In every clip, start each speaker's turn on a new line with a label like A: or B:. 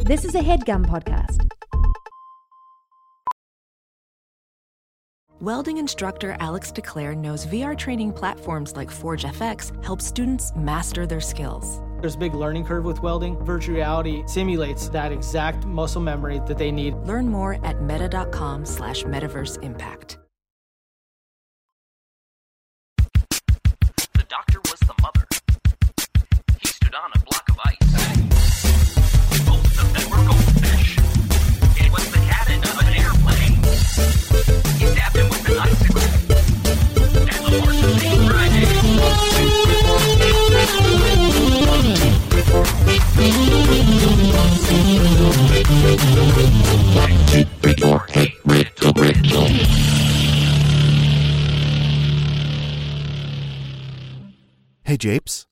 A: This is a headgum podcast.
B: Welding instructor Alex DeClaire knows VR training platforms like Forge FX help students master their skills.
C: There's a big learning curve with welding. Virtual reality simulates that exact muscle memory that they need.
B: Learn more at meta.com slash metaverse impact.
D: The doctor was the mother. He stood on a block of ice. Both of them were goldfish. It was the cabin of an airplane. He stabbed him with an icicle. And the horses ate Friday.
E: Hey, Japes.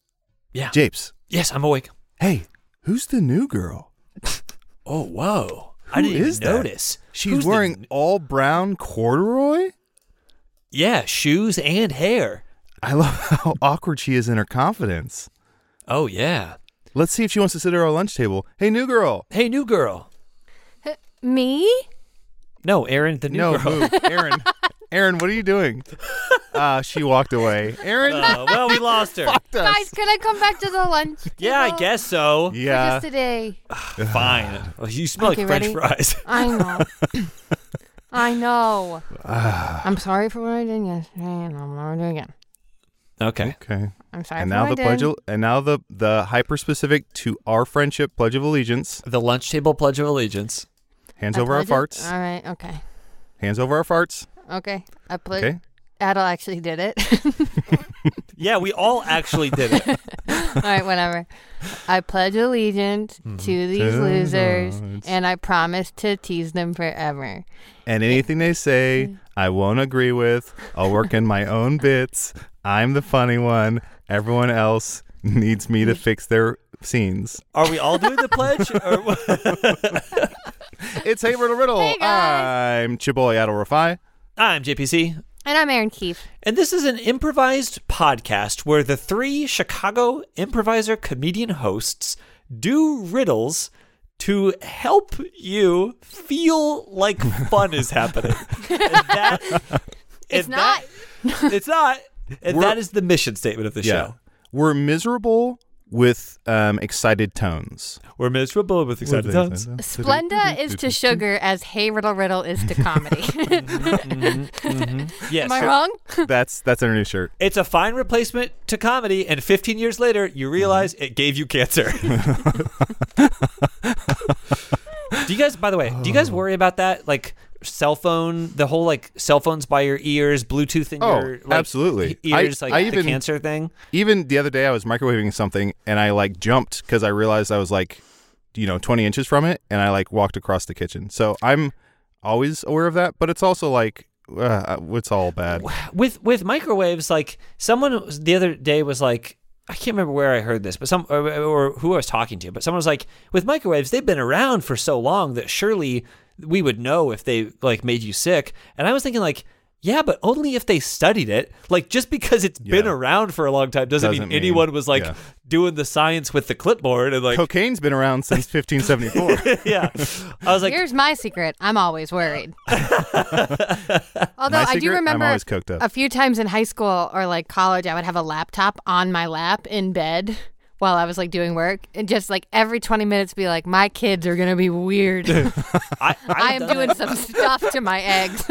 F: Yeah.
E: Japes.
F: Yes, I'm awake.
E: Hey, who's the new girl?
F: Oh, whoa. I
E: Who
F: didn't even
E: is that?
F: notice.
E: She's
F: Who's the-
E: wearing all brown corduroy.
F: yeah, shoes and hair.
E: I love how awkward she is in her confidence.
F: Oh, yeah.
E: Let's see if she wants to sit at our lunch table. Hey, new girl.
F: Hey, new girl.
G: Me?
F: No, Aaron, the new
E: no,
F: girl.
E: move, Aaron. Aaron, what are you doing? Uh, she walked away. Aaron
F: Oh, well, we lost her.
E: fucked us.
G: Guys, can I come back to the lunch?
F: Yeah, I
G: table
F: guess so.
G: for
E: yeah.
G: Just today.
F: Fine. Well, you smell
G: Okay,
F: like French
G: ready?
F: fries.
G: I know. I know.
E: Ah.
G: I'm sorry for what I did yesterday, and I'm not doing it again.
F: Okay.
E: Okay.
G: I'm sorry
E: And
G: for
E: now
G: what
E: the
G: I
E: pledge.
G: did.
E: Of, and now the the hyper specific to our friendship pledge of allegiance.
F: The lunch table pledge of allegiance.
E: Hands
G: I
E: over our
G: pledge it-
F: Uh,
E: farts.
G: All right. Okay.
E: Hands over our farts.
G: Okay. I put.
E: Okay.
G: Adel actually did it.
F: Yeah, we all actually did it.
G: all right. Whatever. I pledge allegiance to these
E: Mm-hmm. To
G: losers,
E: those.
G: and I promise to tease them forever.
E: And anything they
G: Mm-hmm.
E: say, I won't agree with. I'll work in my own bits. I'm the funny one. Everyone else needs me to fix their scenes.
F: Are we all doing the pledge? Or what?
E: It's Hey Riddle Riddle.
G: Hey, guys.
E: I'm Chiboy Adel Rafai.
F: I'm JPC.
G: And I'm Aaron Keefe.
F: And this is an improvised podcast where the three Chicago improviser comedian hosts do riddles to help you feel like fun is happening. And that,
G: It's
F: and
G: not.
F: that- it's not. And
E: We're-
F: that is the mission statement of the show.
E: We're miserable with um, excited tones.
F: We're miserable with excited tones.
G: Splenda is to sugar as Hey Riddle Riddle is to comedy.
F: Yes.
G: Am I wrong?
E: That's that's our new shirt.
F: It's a fine replacement to comedy, and 15 years later, you realize it gave you cancer. do you guys, by the way, do you guys worry about that? Like, cell phone, the whole like cell phones by your ears, Bluetooth in
E: Oh,
F: your like,
E: absolutely.
F: e-
E: I-
F: ears, like
E: I
F: the
E: even-
F: cancer thing.
E: Even the other day, I was microwaving something and I like jumped because I realized I was like, you know, 20 inches from it, and I like walked across the kitchen. So I'm always aware of that, but it's also like uh, it's all bad.
F: with with microwaves like someone was- the other day was like I can't remember where I heard this, but some or, or who I was talking to, but someone was like, with microwaves, they've been around for so long that surely we would know if they like made you sick. And I was thinking like, yeah, but only if they studied it. Like just because it's been
E: Yeah.
F: around for a long time doesn't,
E: Doesn't mean-
F: mean anyone was like
E: yeah.
F: doing the science with the clipboard and like
E: Cocaine's been around since 1574.
F: yeah. I was like,
G: Here's my secret. I'm always worried. Although
E: My
G: I
E: secret?
G: do
E: I'm
G: remember
E: always cooked up.
G: a few times in high school or like college, I would have a laptop on my lap in bed while I was like doing work, and just like every 20 minutes, be like, "My kids are gonna be weird.
F: I,
G: I am doing some stuff to my eggs."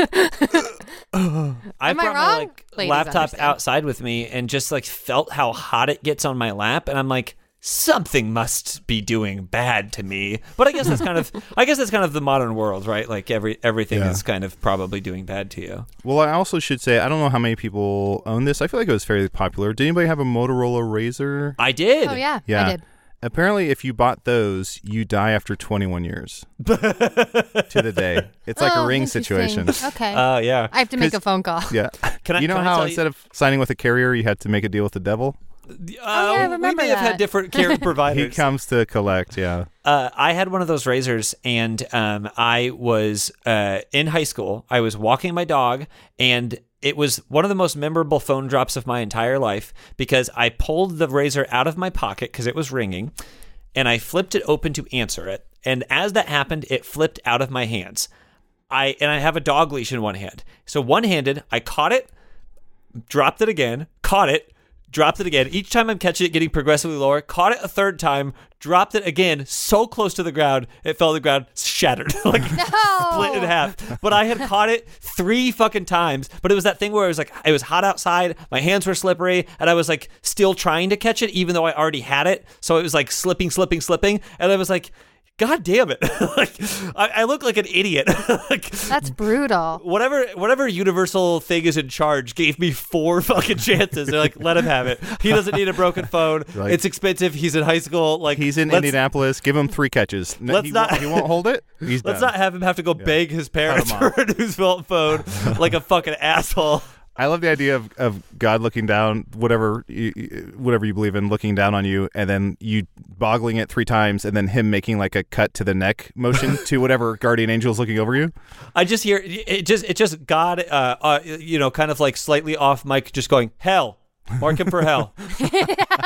F: I
G: Am I
F: brought my
G: wrong?
F: like
G: Ladies
F: laptop
G: understand.
F: outside with me and just like felt how hot it gets on my lap and I'm like something must be doing bad to me. But I guess that's kind of I guess that's kind of the modern world, right? Like every everything
E: Yeah.
F: is kind of probably doing bad to you.
E: well, I also should say I don't know how many people own this. I feel like it was fairly popular. Did anybody have a Motorola Razor?
F: I did.
G: oh yeah,
E: Yeah.
G: I did.
E: Apparently, if you bought those, you die after 21 years to the day. It's like
G: Oh,
E: a ring
G: interesting.
E: situation.
G: Okay,
F: Oh yeah.
G: I have to make a phone call.
E: Yeah.
F: Can I-
E: you know
F: can I
E: how
F: tell you-
E: instead of signing with a carrier, you had to make a deal with the devil?
F: Uh,
G: yeah, I
F: we
G: remember
F: may have had
G: that.
F: different care
E: He
F: providers.
E: comes to collect. Yeah.
F: uh, I had one of those razors, and um, I was uh, in high school. I was walking my dog, and it was one of the most memorable phone drops of my entire life because I pulled the razor out of my pocket because it was ringing, and I flipped it open to answer it. And as that happened, it flipped out of my hands. I and I have a dog leash in one hand. So one-handed, I caught it, dropped it again, caught it, dropped it again. Each time I'm catching it, getting progressively lower. Caught it a third time, dropped it again, so close to the ground, it fell to the ground, shattered, like split in half. But I had caught it three fucking times. But it was that thing where it was like it was hot outside, my hands were slippery, and I was like still trying to catch it, even though I already had it. So it was like slipping, slipping, slipping, and I was like. God damn it! like, I, I look like an idiot. like,
G: That's brutal.
F: whatever whatever universal thing is in charge gave me four fucking chances. They're like, let him have it. He doesn't need a broken phone.
E: Like-
F: it's expensive. He's in high school. Like
E: He's in
F: let's-
E: Indianapolis. Give him three catches. No,
F: Let's
E: he,
F: not-
E: won't, he won't hold it. He's
F: Let's
E: done.
F: not have him have to go beg his parents
E: him
F: for a new cell phone like a fucking asshole.
E: I love the idea of, of God looking down, whatever you, you- whatever you believe in, looking down on you, and then you boggling it three times, and then him making like a cut to the neck motion to whatever guardian angel's looking over you.
F: I just hear it just it just God, uh, uh, you know, kind of like slightly off mic, just going hell. Mark him for hell.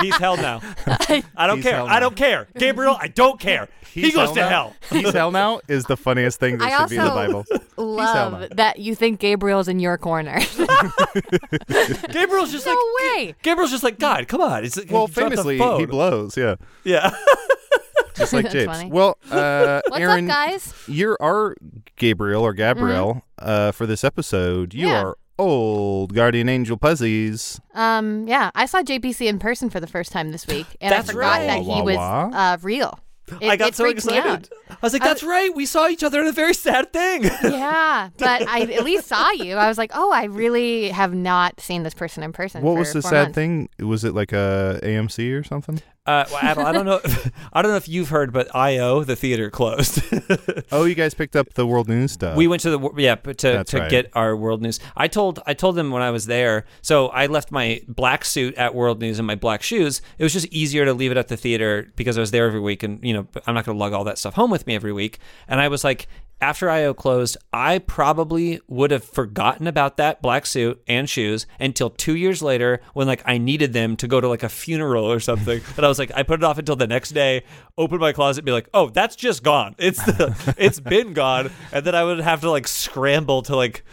F: He's hell now. I don't
E: He's
F: care.
E: hell
F: I
E: now.
F: don't care. Gabriel, I don't care. he
E: He's
F: goes to
E: now?
F: hell.
E: He's hell now is the funniest thing that
G: I
E: should be in the
G: also
E: Bible.
G: Love
E: Selma.
G: that you think Gabriel's in your corner.
F: Gabriel's just
G: No
F: like
G: way.
F: Gabriel's just like God. Come on. It's like,
E: Well,
F: drop the
E: famously,
F: phone."
E: he blows. Yeah,
F: yeah.
E: just like
G: That's
E: James.
G: funny.
E: Well, uh,
G: What's
E: Aaron,
G: up, guys?
E: you're our Gabriel or Gabrielle uh, for this episode. You
G: Yeah.
E: are old guardian angel Puzzies.
G: Um, yeah, I saw JPC in person for the first time this week, and
F: That's
G: I forgot
F: right.
G: that
E: Wah,
G: he
E: wah,
G: was
E: wah.
G: uh, real. It,
F: I
G: it
F: got so
G: freaked me out.
F: excited. I was like, "That's right. We saw each other in a very sad thing."
G: Yeah, but I at least saw you. I was like, oh, I really have not seen this person in person.
E: What
G: for
E: was the
G: four
E: sad
G: months.
E: thing? Was it like a AMC or something?
F: Uh, well, Adel, I don't know. I don't know if you've heard, but IO the theater closed.
E: Oh, you guys picked up the world news stuff.
F: we went to the yeah but to,
E: That's
F: to
E: right.
F: get our world news. I told I told them when I was there. So I left my black suit at World News and my black shoes. It was just easier to leave it at the theater because I was there every week, and you know I'm not going to lug all that stuff home with me every week. And I was like. After IO closed, I probably would have forgotten about that black suit and shoes until two years later when like I needed them to go to like a funeral or something. And I was like, I put it off until the next day, open my closet, be like, oh, that's just gone. It's the, it's been gone. And then I would have to like scramble to like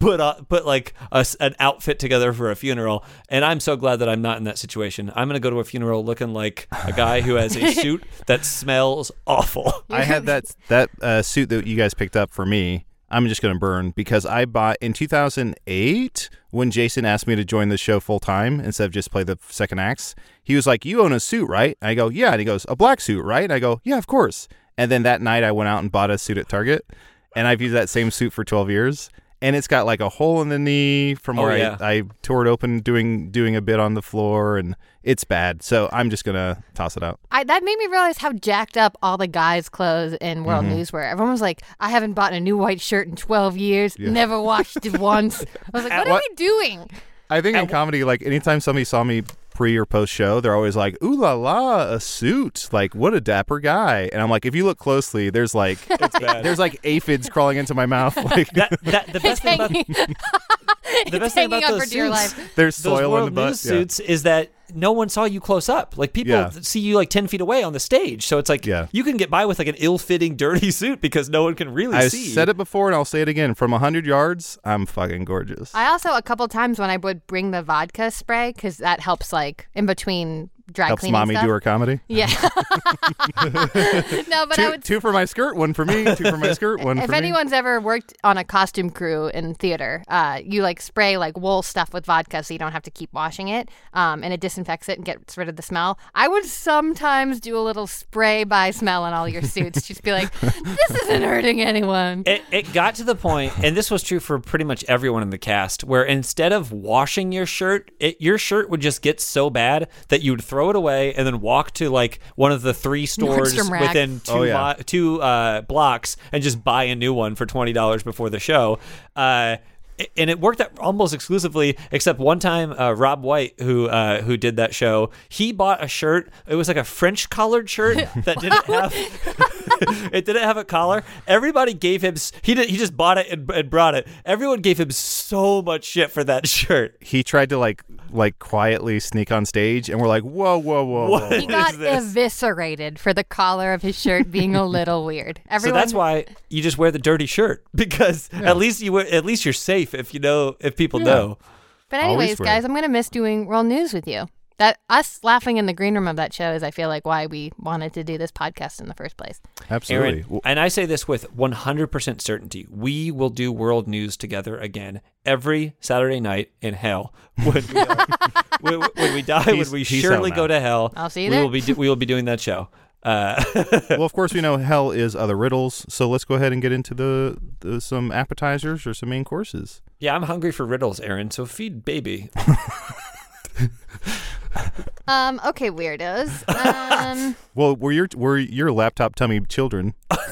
F: put on, put like a s an outfit together for a funeral. And I'm so glad that I'm not in that situation. I'm gonna go to a funeral looking like a guy who has a suit that smells awful.
E: I had that that uh, suit that you guys picked up for me. I'm just gonna burn because I bought in 2008 when Jason asked me to join the show full time instead of just play the second acts. He was like, "You own a suit, right?" And I go, "Yeah." And he goes, "A black suit, right?" And I go, "Yeah, of course." And then that night, I went out and bought a suit at Target, and I've used that same suit for 12 years. And it's got like a hole in the knee from
F: Oh,
E: where
F: yeah.
E: I, I tore it open doing doing a bit on the floor, and it's bad. So I'm just gonna toss it out.
G: I, that made me realize how jacked up all the guys' clothes in World
E: Mm-hmm.
G: News were. Everyone was like, I haven't bought a new white shirt in 12 years, never washed it once. I was like, what, are
E: what-
G: we doing?
E: I think in comedy, like anytime somebody saw me pre or post show, they're always like, "Ooh la la, a suit! Like what a dapper guy!" And I'm like, if you look closely, there's like there's like aphids crawling into my mouth. Like
F: That, that the best thing about
G: Hanging,
F: the best thing
G: hanging
F: about
G: on
F: those
G: for dear
F: suits-
G: life.
E: there's
F: those
E: soil in
F: world
E: the butt.
F: news suits is that no one saw you close up. Like people
E: Yeah.
F: th- see you like ten feet away on the stage, so it's like
E: Yeah.
F: you can get by with like an ill-fitting, dirty suit because no one can really
E: Yeah. I've
F: see.
E: said it before and I'll say it again. From hundred yards, I'm fucking gorgeous.
G: I also, a couple times when I would bring the vodka spray, because that helps, like, in between dry
E: Helps
G: cleaning
E: mommy
G: stuff.
E: do her comedy.
G: Yeah. no, but I
E: Two,
G: would
E: two for my skirt, one for me. Two for my skirt, one
G: if
E: for me.
G: anyone's ever worked on a costume crew in theater, uh, you like spray like wool stuff with vodka so you don't have to keep washing it, um, and it disinfects it and gets rid of the smell. I would sometimes do a little spray by smell on all your suits, just be like, "This isn't hurting anyone."
F: it, it got to the point, and this was true for pretty much everyone in the cast, where instead of washing your shirt, it, your shirt would just get so bad that you'd throw it away and then walk to like one of the three stores
G: Nordstrom Rack.
F: within two
E: Oh, yeah.
F: mi- two uh, blocks and just buy a new one for twenty dollars before the show. Uh, and it worked out almost exclusively, except one time uh, Rob White, who uh, who did that show, he bought a shirt. It was like a French collared shirt that didn't have it didn't have a collar. Everybody gave him. s- He did, he just bought it and, and brought it. Everyone gave him so much shit for that shirt.
E: He tried to like like quietly sneak on stage, and we're like, whoa, whoa, whoa,
F: What?
E: whoa.
G: He got
F: is this?
G: eviscerated for the collar of his shirt being a little weird. Everyone,
F: so that's why you just wear the dirty shirt because at least you wear, at least you're safe if you know if people know.
G: But
E: Always
G: anyways,
E: wear
G: guys,
E: it.
G: I'm gonna miss doing world news with you. That us laughing in the green room of that show is, I feel like, why we wanted to do this podcast in the first place.
E: Absolutely.
F: Aaron, and I say this with 100% certainty. We will do world news together again every Saturday night in hell. When we, are, when, when we die,
E: He's-
F: when we
E: he's
F: surely
E: hell now.
F: go to hell,
G: I'll see you
F: we
G: there.
F: will be do, we will be doing that show. Uh,
E: well, of course, we know hell is other riddles, so let's go ahead and get into the, the some appetizers or some main courses.
F: yeah, I'm hungry for riddles, Aaron. So feed baby.
G: Um, okay, weirdos. Um,
E: Well, were your were your laptop tummy children? Um,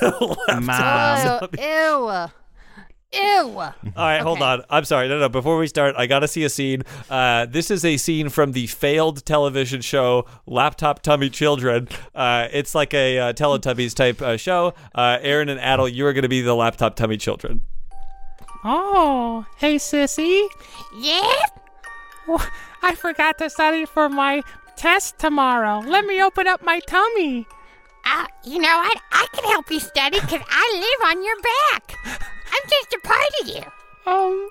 G: oh, ew, ew.
F: All right, hold
G: Okay.
F: on. I'm sorry. No, no. Before we start, I gotta see a scene. Uh, this is a scene from the failed television show "Laptop Tummy Children." Uh, it's like a uh, Teletubbies type uh, show. Uh, Aaron and Adel, you are gonna be the laptop tummy children.
H: Oh, hey, sissy.
G: Yeah.
H: Oh, I forgot to study for my test tomorrow. Let me open up my tummy.
G: Uh, you know what? I can help you study because I live on your back. I'm just a part of you.
H: Um,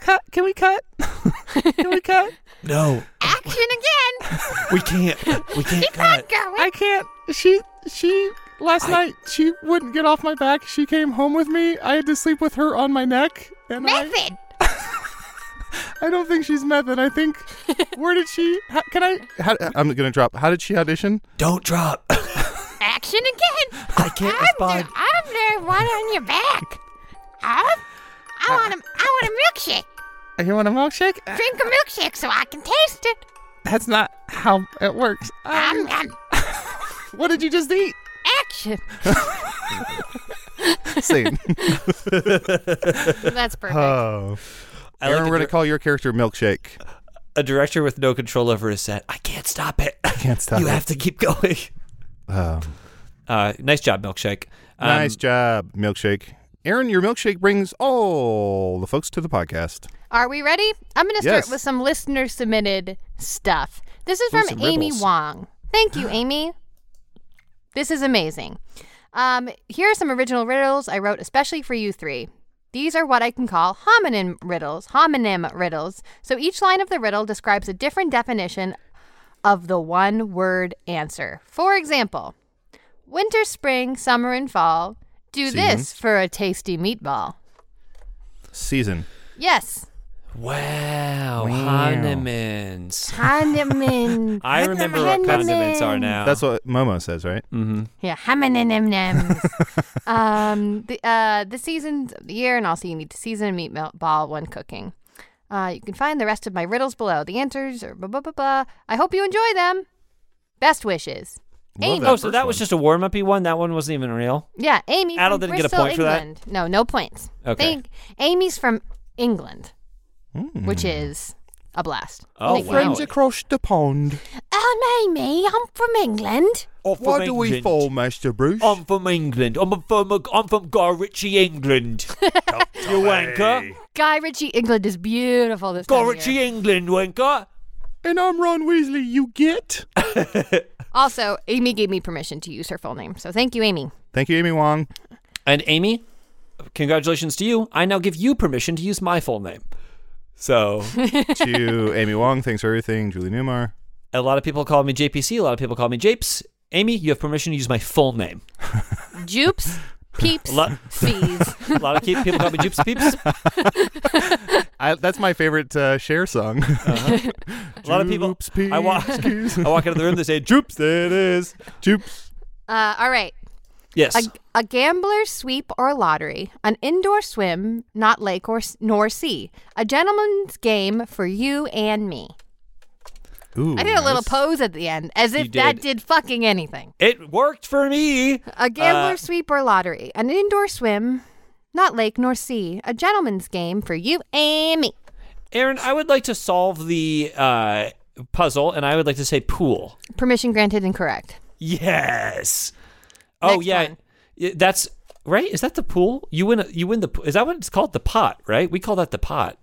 H: cut. Can we cut? can we cut?
F: No,
G: Action again.
F: we can't. We can't cut.
H: I can't. She. She. Last night, she wouldn't get off my back. She came home with me. I had to sleep with her on my neck. And I,
G: Method.
H: I don't think she's method. I think. Where did she? How, can I?
E: How, I'm gonna drop. How did she audition?
F: Don't drop.
G: Action again.
F: I can't
G: I'm
F: respond.
G: the, I'm the one on your back. I'm, I want a, I want a milkshake.
H: You want a milkshake? Uh,
G: Drink a milkshake so I can taste it.
H: That's not how it works. Um,
G: Um, um,
H: what did you just eat?
G: action.
E: Same.
G: That's perfect.
E: oh,
F: I like
E: Aaron, we're
F: the
E: gonna
F: dir-
E: call your character Milkshake.
F: a director with no control over his set. I can't stop it. I
E: can't stop
F: you
E: it.
F: have to keep going.
E: Um,
F: Uh, nice job, milkshake. Um,
E: nice job, Milkshake. Aaron, your milkshake brings all the folks to the podcast.
G: Are we ready? I'm going to start
E: Yes.
G: with some listener submitted stuff. This is from
E: some
G: Amy
E: riddles.
G: Wong. Thank you, Amy. This is amazing. Um, here are some original riddles I wrote especially for you three. These are what I can call homonym riddles, homonym riddles. So each line of the riddle describes a different definition of the one word answer. For example, winter, spring, summer, and fall. Do this for a tasty meatball.
E: Season.
G: Yes.
F: wow, condiments.
G: Condiment.
F: I remember what condiments are now.
E: That's what Momo says, right?
F: Oh,
G: Yeah, hamanimnims. um, the uh, the seasons of the year, and also you need to season a meat mel- ball when cooking. Uh, you can find the rest of my riddles below. The answers are blah blah blah blah. I hope you enjoy them. Best wishes.
E: Love
G: Amy.
E: that
F: oh, so
E: first
F: that was
E: one.
F: just a warm uppy one. That one wasn't even real.
G: Yeah, Amy.
F: Adel
G: from
F: didn't get a
G: Bristol,
F: point for that?
G: England. for that. No, no points.
F: Okay.
G: Thank- Amy's from England, which is a blast.
F: Hmm. Oh,
G: Thank you.
F: wow. Friends
E: across the pond.
G: Oh, no, me. I'm from England.
E: Oh, Why do we fall, Master Bruce?
F: I'm from England. I'm from I'm from Guy Ritchie, England. you wanker.
G: Guy Ritchie, England is beautiful this
F: Guy
G: time of year.
F: Ritchie, England, wanker.
E: and I'm Ron Weasley. You get.
G: Also, Amy gave me permission to use her full name, so thank you, Amy.
E: Thank you, Amy Wong.
F: And Amy, congratulations to you. I now give you permission to use my full name. So
E: to Amy Wong. Thanks for everything, Julie Newmar.
F: a lot of people call me JPC. A lot of people call me Japes. Amy, you have permission to use my full name.
G: Jupes, peeps,
F: Lo-
G: fees.
F: A lot of keep- people call me Japes Peeps.
E: I, that's my favorite uh, share song.
F: A lot of people.
E: Joops, peeps,
F: I walk.
E: keys.
F: I walk into the room. They say Joops. There it is.
E: Joops.
G: Uh, all right.
F: Yes.
G: A, a gambler's sweep or lottery, an indoor swim, not lake or s- nor sea, a gentleman's game for you and me.
E: Ooh,
G: I did a little
E: nice.
G: pose at the end, as if
F: You
G: that
F: did.
G: did fucking anything.
F: it worked for me.
G: A
F: Uh,
G: gambler's sweep or lottery, an indoor swim, not lake nor sea, a gentleman's game for you and me.
F: Aaron, I would like to solve the uh, puzzle, and I would like to say pool.
G: Permission granted and correct.
F: Yes. Oh
G: Next
F: yeah.
G: one.
F: y- that's right. Is that the pool? You win. A, you win the. p- Is that what it's called? The pot, right? We call that the pot.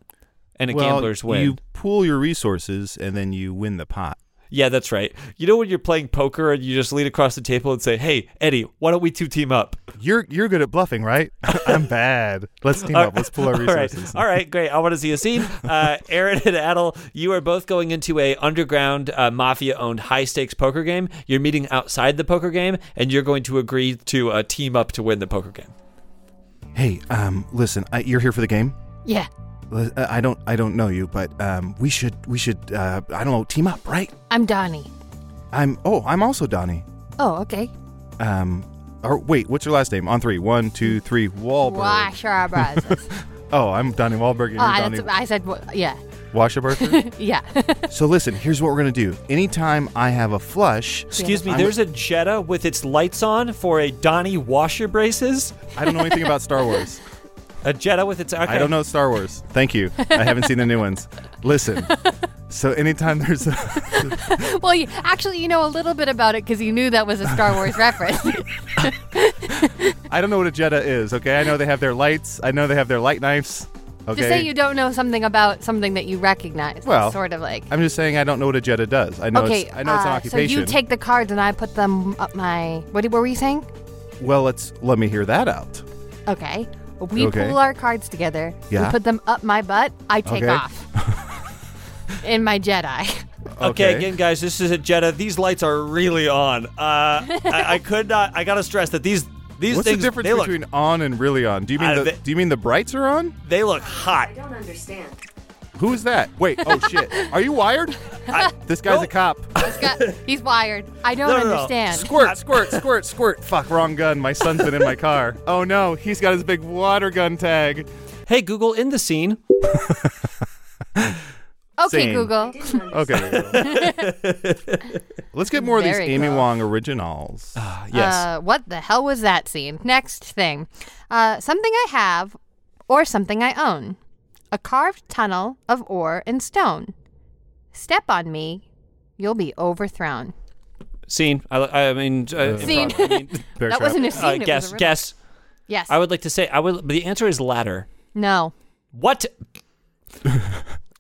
F: And a
E: well,
F: gambler's win.
E: You pool your resources and then you win the pot.
F: Yeah, that's right. You know when you're playing poker and you just lean across the table and say, "Hey, Eddie, why don't we two team up?"
E: You're you're good at bluffing, right? I'm bad. Let's team up. Let's pool our
F: All right,
E: resources.
F: all right, great. I want to see a scene. Uh, Aaron and Adel, you are both going into a underground uh, mafia-owned high-stakes poker game. You're meeting outside the poker game, and you're going to agree to uh, team up to win the poker game.
E: Hey, um, listen, I, you're here for the game.
G: Yeah.
E: Li- uh, I I don't I don't know you, but um, we should we should uh, I don't know team up, right?
G: I'm Donnie.
E: I'm oh I'm also Donnie.
G: Oh, okay.
E: Um, or wait, what's your last name? On three, one, two, three, Wahlberg.
G: Wash our brothers.
E: Oh, I'm Donnie Wahlberg, and
G: Oh, I,
E: you're
G: that's,
E: Donnie
G: I said, wa- yeah,
E: Washerberger.
G: yeah.
E: so listen, here's what we're gonna do. Anytime I have a flush,
F: Excuse me.
E: I'm-
F: there's a Jetta with its lights on for a Donnie washer braces.
E: I don't know anything about Star Wars.
F: A Jetta with its. Okay.
E: I don't know Star Wars. Thank you. I haven't seen the new ones. Listen. So anytime there's a
G: well, you, actually, you know a little bit about it because you knew that was a Star Wars reference.
E: I don't know what a Jetta is, okay? I know they have their lights. I know they have their light knives. Okay.
G: To say you don't know something about something that you recognize, is
E: Well,
G: sort of like.
E: I'm just saying I don't know what a Jetta does. I know
G: okay,
E: it's I know it's an
G: uh,
E: occupation.
G: so you take the cards and I put them up my. What, what were you saying?
E: well, let's let me hear that out.
G: Okay. We
E: Okay.
G: pull our cards together.
E: Yeah.
G: We put them up my butt. I take
E: Okay.
G: off. In my Jedi.
F: Okay,
E: Okay.
F: again, guys, this is a Jetta. These lights are really on. Uh, I, I could not. I gotta stress that these these
E: What's
F: things
E: the difference
F: they look
E: between on and really on? Do you mean
F: Uh,
E: the
F: they-
E: Do you mean the brights are on?
F: they look hot.
E: Who is that? Wait, oh shit. Are you wired?
F: I,
E: This guy's
F: No.
E: a cop.
G: He's got- he's wired. I don't
F: No, no, no.
G: understand.
E: Squirt, squirt, squirt, squirt. Fuck, wrong gun. My son's been in my car. Oh no, he's got his big water gun tag.
F: hey, Google, in the scene.
G: okay,
E: Same.
G: Google.
E: Okay. Let's get more of these
G: Very
E: Amy
G: cool.
E: Wong originals.
F: Ah, Yes.
G: Uh, what the hell was that scene? Next thing. Uh, something I have or something I own. A carved tunnel of ore and stone. Step on me, you'll be overthrown.
F: scene. I, I mean, uh,
G: Scene.
F: improv. I mean,
E: Bear
G: that
E: trap.
G: wasn't a
F: uh,
G: scene. it was
F: guess.
G: a riddle.
F: guess.
G: Yes.
F: I would like to say. I would. But the answer is ladder.
G: no.
F: What? I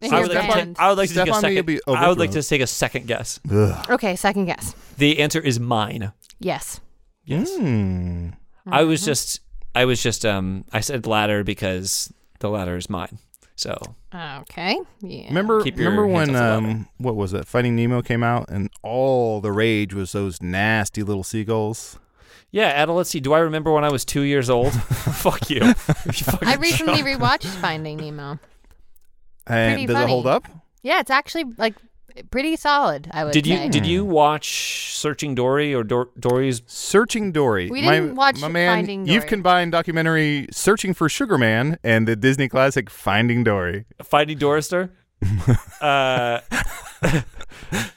F: would,
G: Your
F: like to
G: band.
F: take, I would like to
E: Step
F: take a
E: on me, you'll
F: second.
E: be
F: I would like
E: overthrown.
F: to take a second guess.
G: okay, second guess.
F: The answer is mine.
G: Yes.
F: Yes. Hmm.
E: Mm.
F: I
G: Mm-hmm.
F: was just. I was just. Um. I said ladder because the ladder is mine. So
G: Okay. Yeah.
E: Remember,
F: Keep your
E: remember
F: hands
E: when
F: off the
E: um, what was it? Finding Nemo came out, and all the rage was those nasty little seagulls.
F: Yeah, Adel, let's see. Do I remember when I was two years old? Fuck you. You fucking
G: I recently
F: chump.
G: rewatched Finding Nemo.
E: And
G: Pretty
E: does it hold
G: funny.
E: up?
G: Yeah, it's actually like pretty solid. I would
F: did you
G: say.
F: did
E: Mm.
F: you watch Searching Dory or Dor- Dory's?
E: Searching Dory.
G: We
E: my,
G: didn't watch
E: my man,
G: Finding
E: You've
G: Dory.
E: combined documentary Searching for Sugar Man and the Disney classic Finding Dory.
F: Finding Dorister? uh,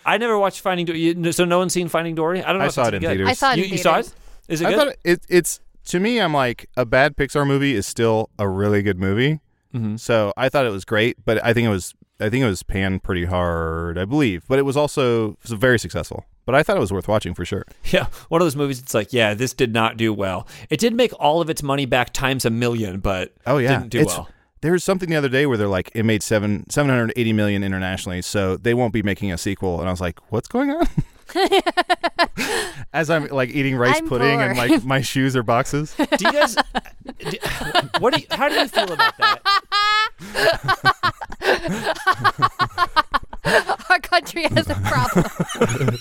F: I never watched Finding Dory. You- So no one's seen Finding Dory. I don't know.
E: I
F: if
E: saw
F: it's
E: it in
F: good.
E: theaters.
G: I saw it.
F: You,
G: in
F: you saw it?
G: theaters.
F: Is it
E: I
F: good?
E: thought it, it's to me. I'm like a bad Pixar movie is still a really good movie. So I thought it was great, but I think it was I think it was panned pretty hard, I believe. But it was also it was very successful. But I thought it was worth watching for sure.
F: yeah, one of those movies. It's like, yeah, this did not do well. It did make all of its money back times a million, but
E: Oh yeah,
F: didn't do
E: It's-
F: well.
E: There was something the other day where they're like, it made seven seven hundred eighty million internationally, so they won't be making a sequel. And I was like, what's going on? As I'm like eating rice
G: I'm
E: pudding and
G: poor.
E: like my shoes are boxes.
F: Do you guys? d- what do you, How do you feel about that?
G: Our country has a problem.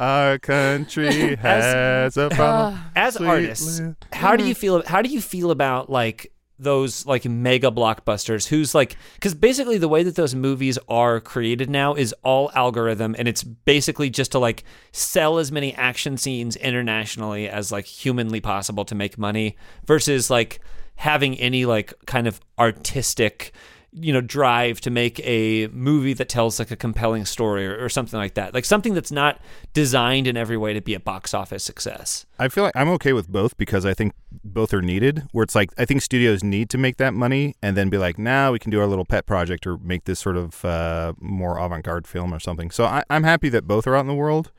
E: Our country has a problem.
F: as
E: Sweet
F: artists,
E: Lou.
F: how do you feel? How do you feel about like those like mega blockbusters? Who's like because basically the way that those movies are created now is all algorithm, and it's basically just to like sell as many action scenes internationally as like humanly possible to make money, versus like having any like kind of artistic you know drive to make a movie that tells like a compelling story or, or something like that like something that's not designed in every way to be a box office success
E: I feel like I'm okay with both because I think both are needed. Where it's like I think studios need to make that money and then be like, now we can do our little pet project or make this sort of uh, more avant-garde film or something. So I, I'm happy that both are out in the world,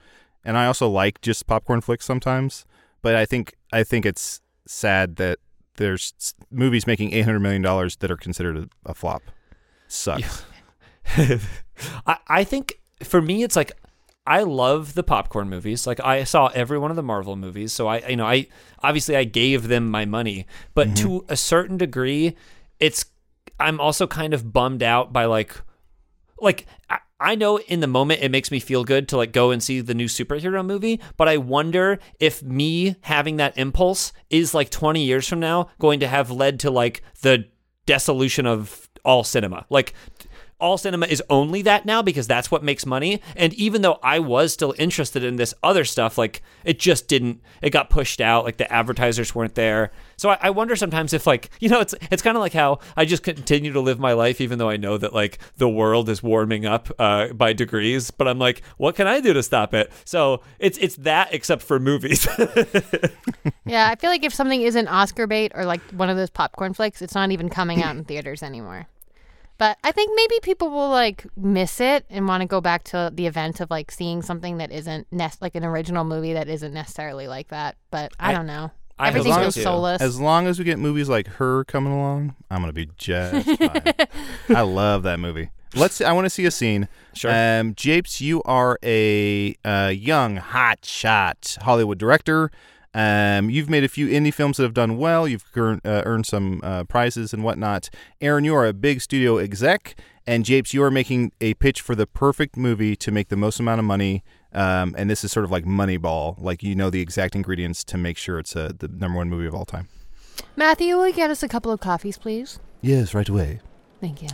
E: and I also like just popcorn flicks sometimes. but I think I think it's sad that there's s- movies making eight hundred million dollars that are considered a, a flop. Sucks.
F: I, I think for me it's like I love the popcorn movies. Like I saw every one of the Marvel movies, so I you know I obviously I gave them my money, but to a certain degree, it's I'm also kind of bummed out by like like I, I know in the moment it makes me feel good to like go and see the new superhero movie, but I wonder if me having that impulse is like 20 years from now going to have led to like the dissolution of all cinema. Like all cinema is only that now because that's what makes money. And even though I was still interested in this other stuff, like it just didn't, it got pushed out. Like the advertisers weren't there. So I, I wonder sometimes if, like, you know, it's it's kind of like how I just continue to live my life, even though I know that like the world is warming up uh, by degrees. But I'm like, what can I do to stop it? So it's it's that except for movies.
G: Yeah, I feel like if something isn't Oscar bait or like one of those popcorn flicks, it's not even coming out in theaters anymore. But I think maybe people will like miss it and want to go back to the event of like seeing something that isn't nec- like an original movie that isn't necessarily like that. But I,
F: I-
G: don't know.
F: I hope
G: Everything
E: so
G: feels
F: too.
G: soulless.
E: As long as we get movies like her coming along, I'm gonna be just fine. I love that movie. Let's. I want to see a scene.
F: Sure.
E: Um, Japes, you are a uh, young, hot shot Hollywood director. Um, you've made a few indie films that have done well. You've earned, uh, earned some uh, prizes and whatnot. Aaron, you are a big studio exec, and Japes, you are making a pitch for the perfect movie to make the most amount of money. Um, and this is sort of like Moneyball, like you know the exact ingredients to make sure it's a, the number one movie of all time.
G: Matthew, will you get us a couple of coffees, please?
E: Yes, right away.
G: Thank you.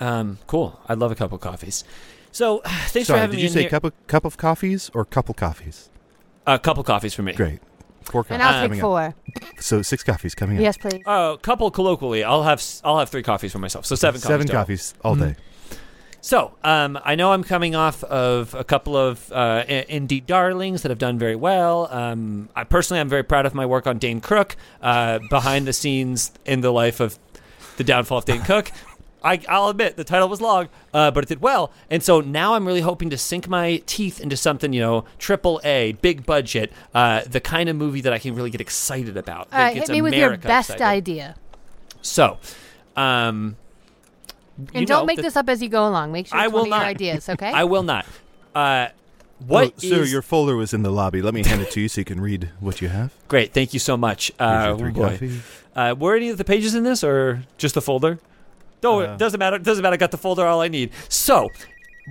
F: um, cool. I'd love a couple coffees. So thanks for
E: Sorry, did
F: having me.
E: you
F: in
E: say
F: here.
E: cup of cup of coffees or couple coffees?
F: A couple coffees for me.
E: Great. Four coffees.
G: And I'll
E: coming
G: take
E: up.
G: four.
E: So six coffees coming up.
G: Yes, please.
F: Oh, couple colloquially. I'll have s- I'll have three coffees for myself. So seven.
E: Seven
F: total. Mm-hmm.
E: coffees all day.
F: So um, I know I'm coming off of a couple of uh, i- indie darlings that have done very well. Um, I personally, I'm very proud of my work on Dane Crook, uh, behind the scenes in the life of the downfall of Dane Cook. I, I'll admit the title was long, uh, but it did well, and so now I'm really hoping to sink my teeth into something, you know, triple A, big budget, uh, the kind of movie that I can really get excited about.
G: All right, Uh, hit me with your best idea.
F: So, um,
G: And don't make this up as you go along. Make sure
F: I
G: it's
F: will
G: one of
F: not.
G: your ideas, okay?
F: I will not. Uh, what
E: oh, sir,
F: is-
E: your folder was in the lobby. Let me hand it to you so you can read what you have.
F: great? Thank you so much.
E: Here's
F: Uh,
E: your three
F: boy.
E: coffees.
F: Uh, were any of the pages in this, or just the folder? No,
E: Uh,
F: it doesn't matter. It doesn't matter. I got the folder. All I need. So,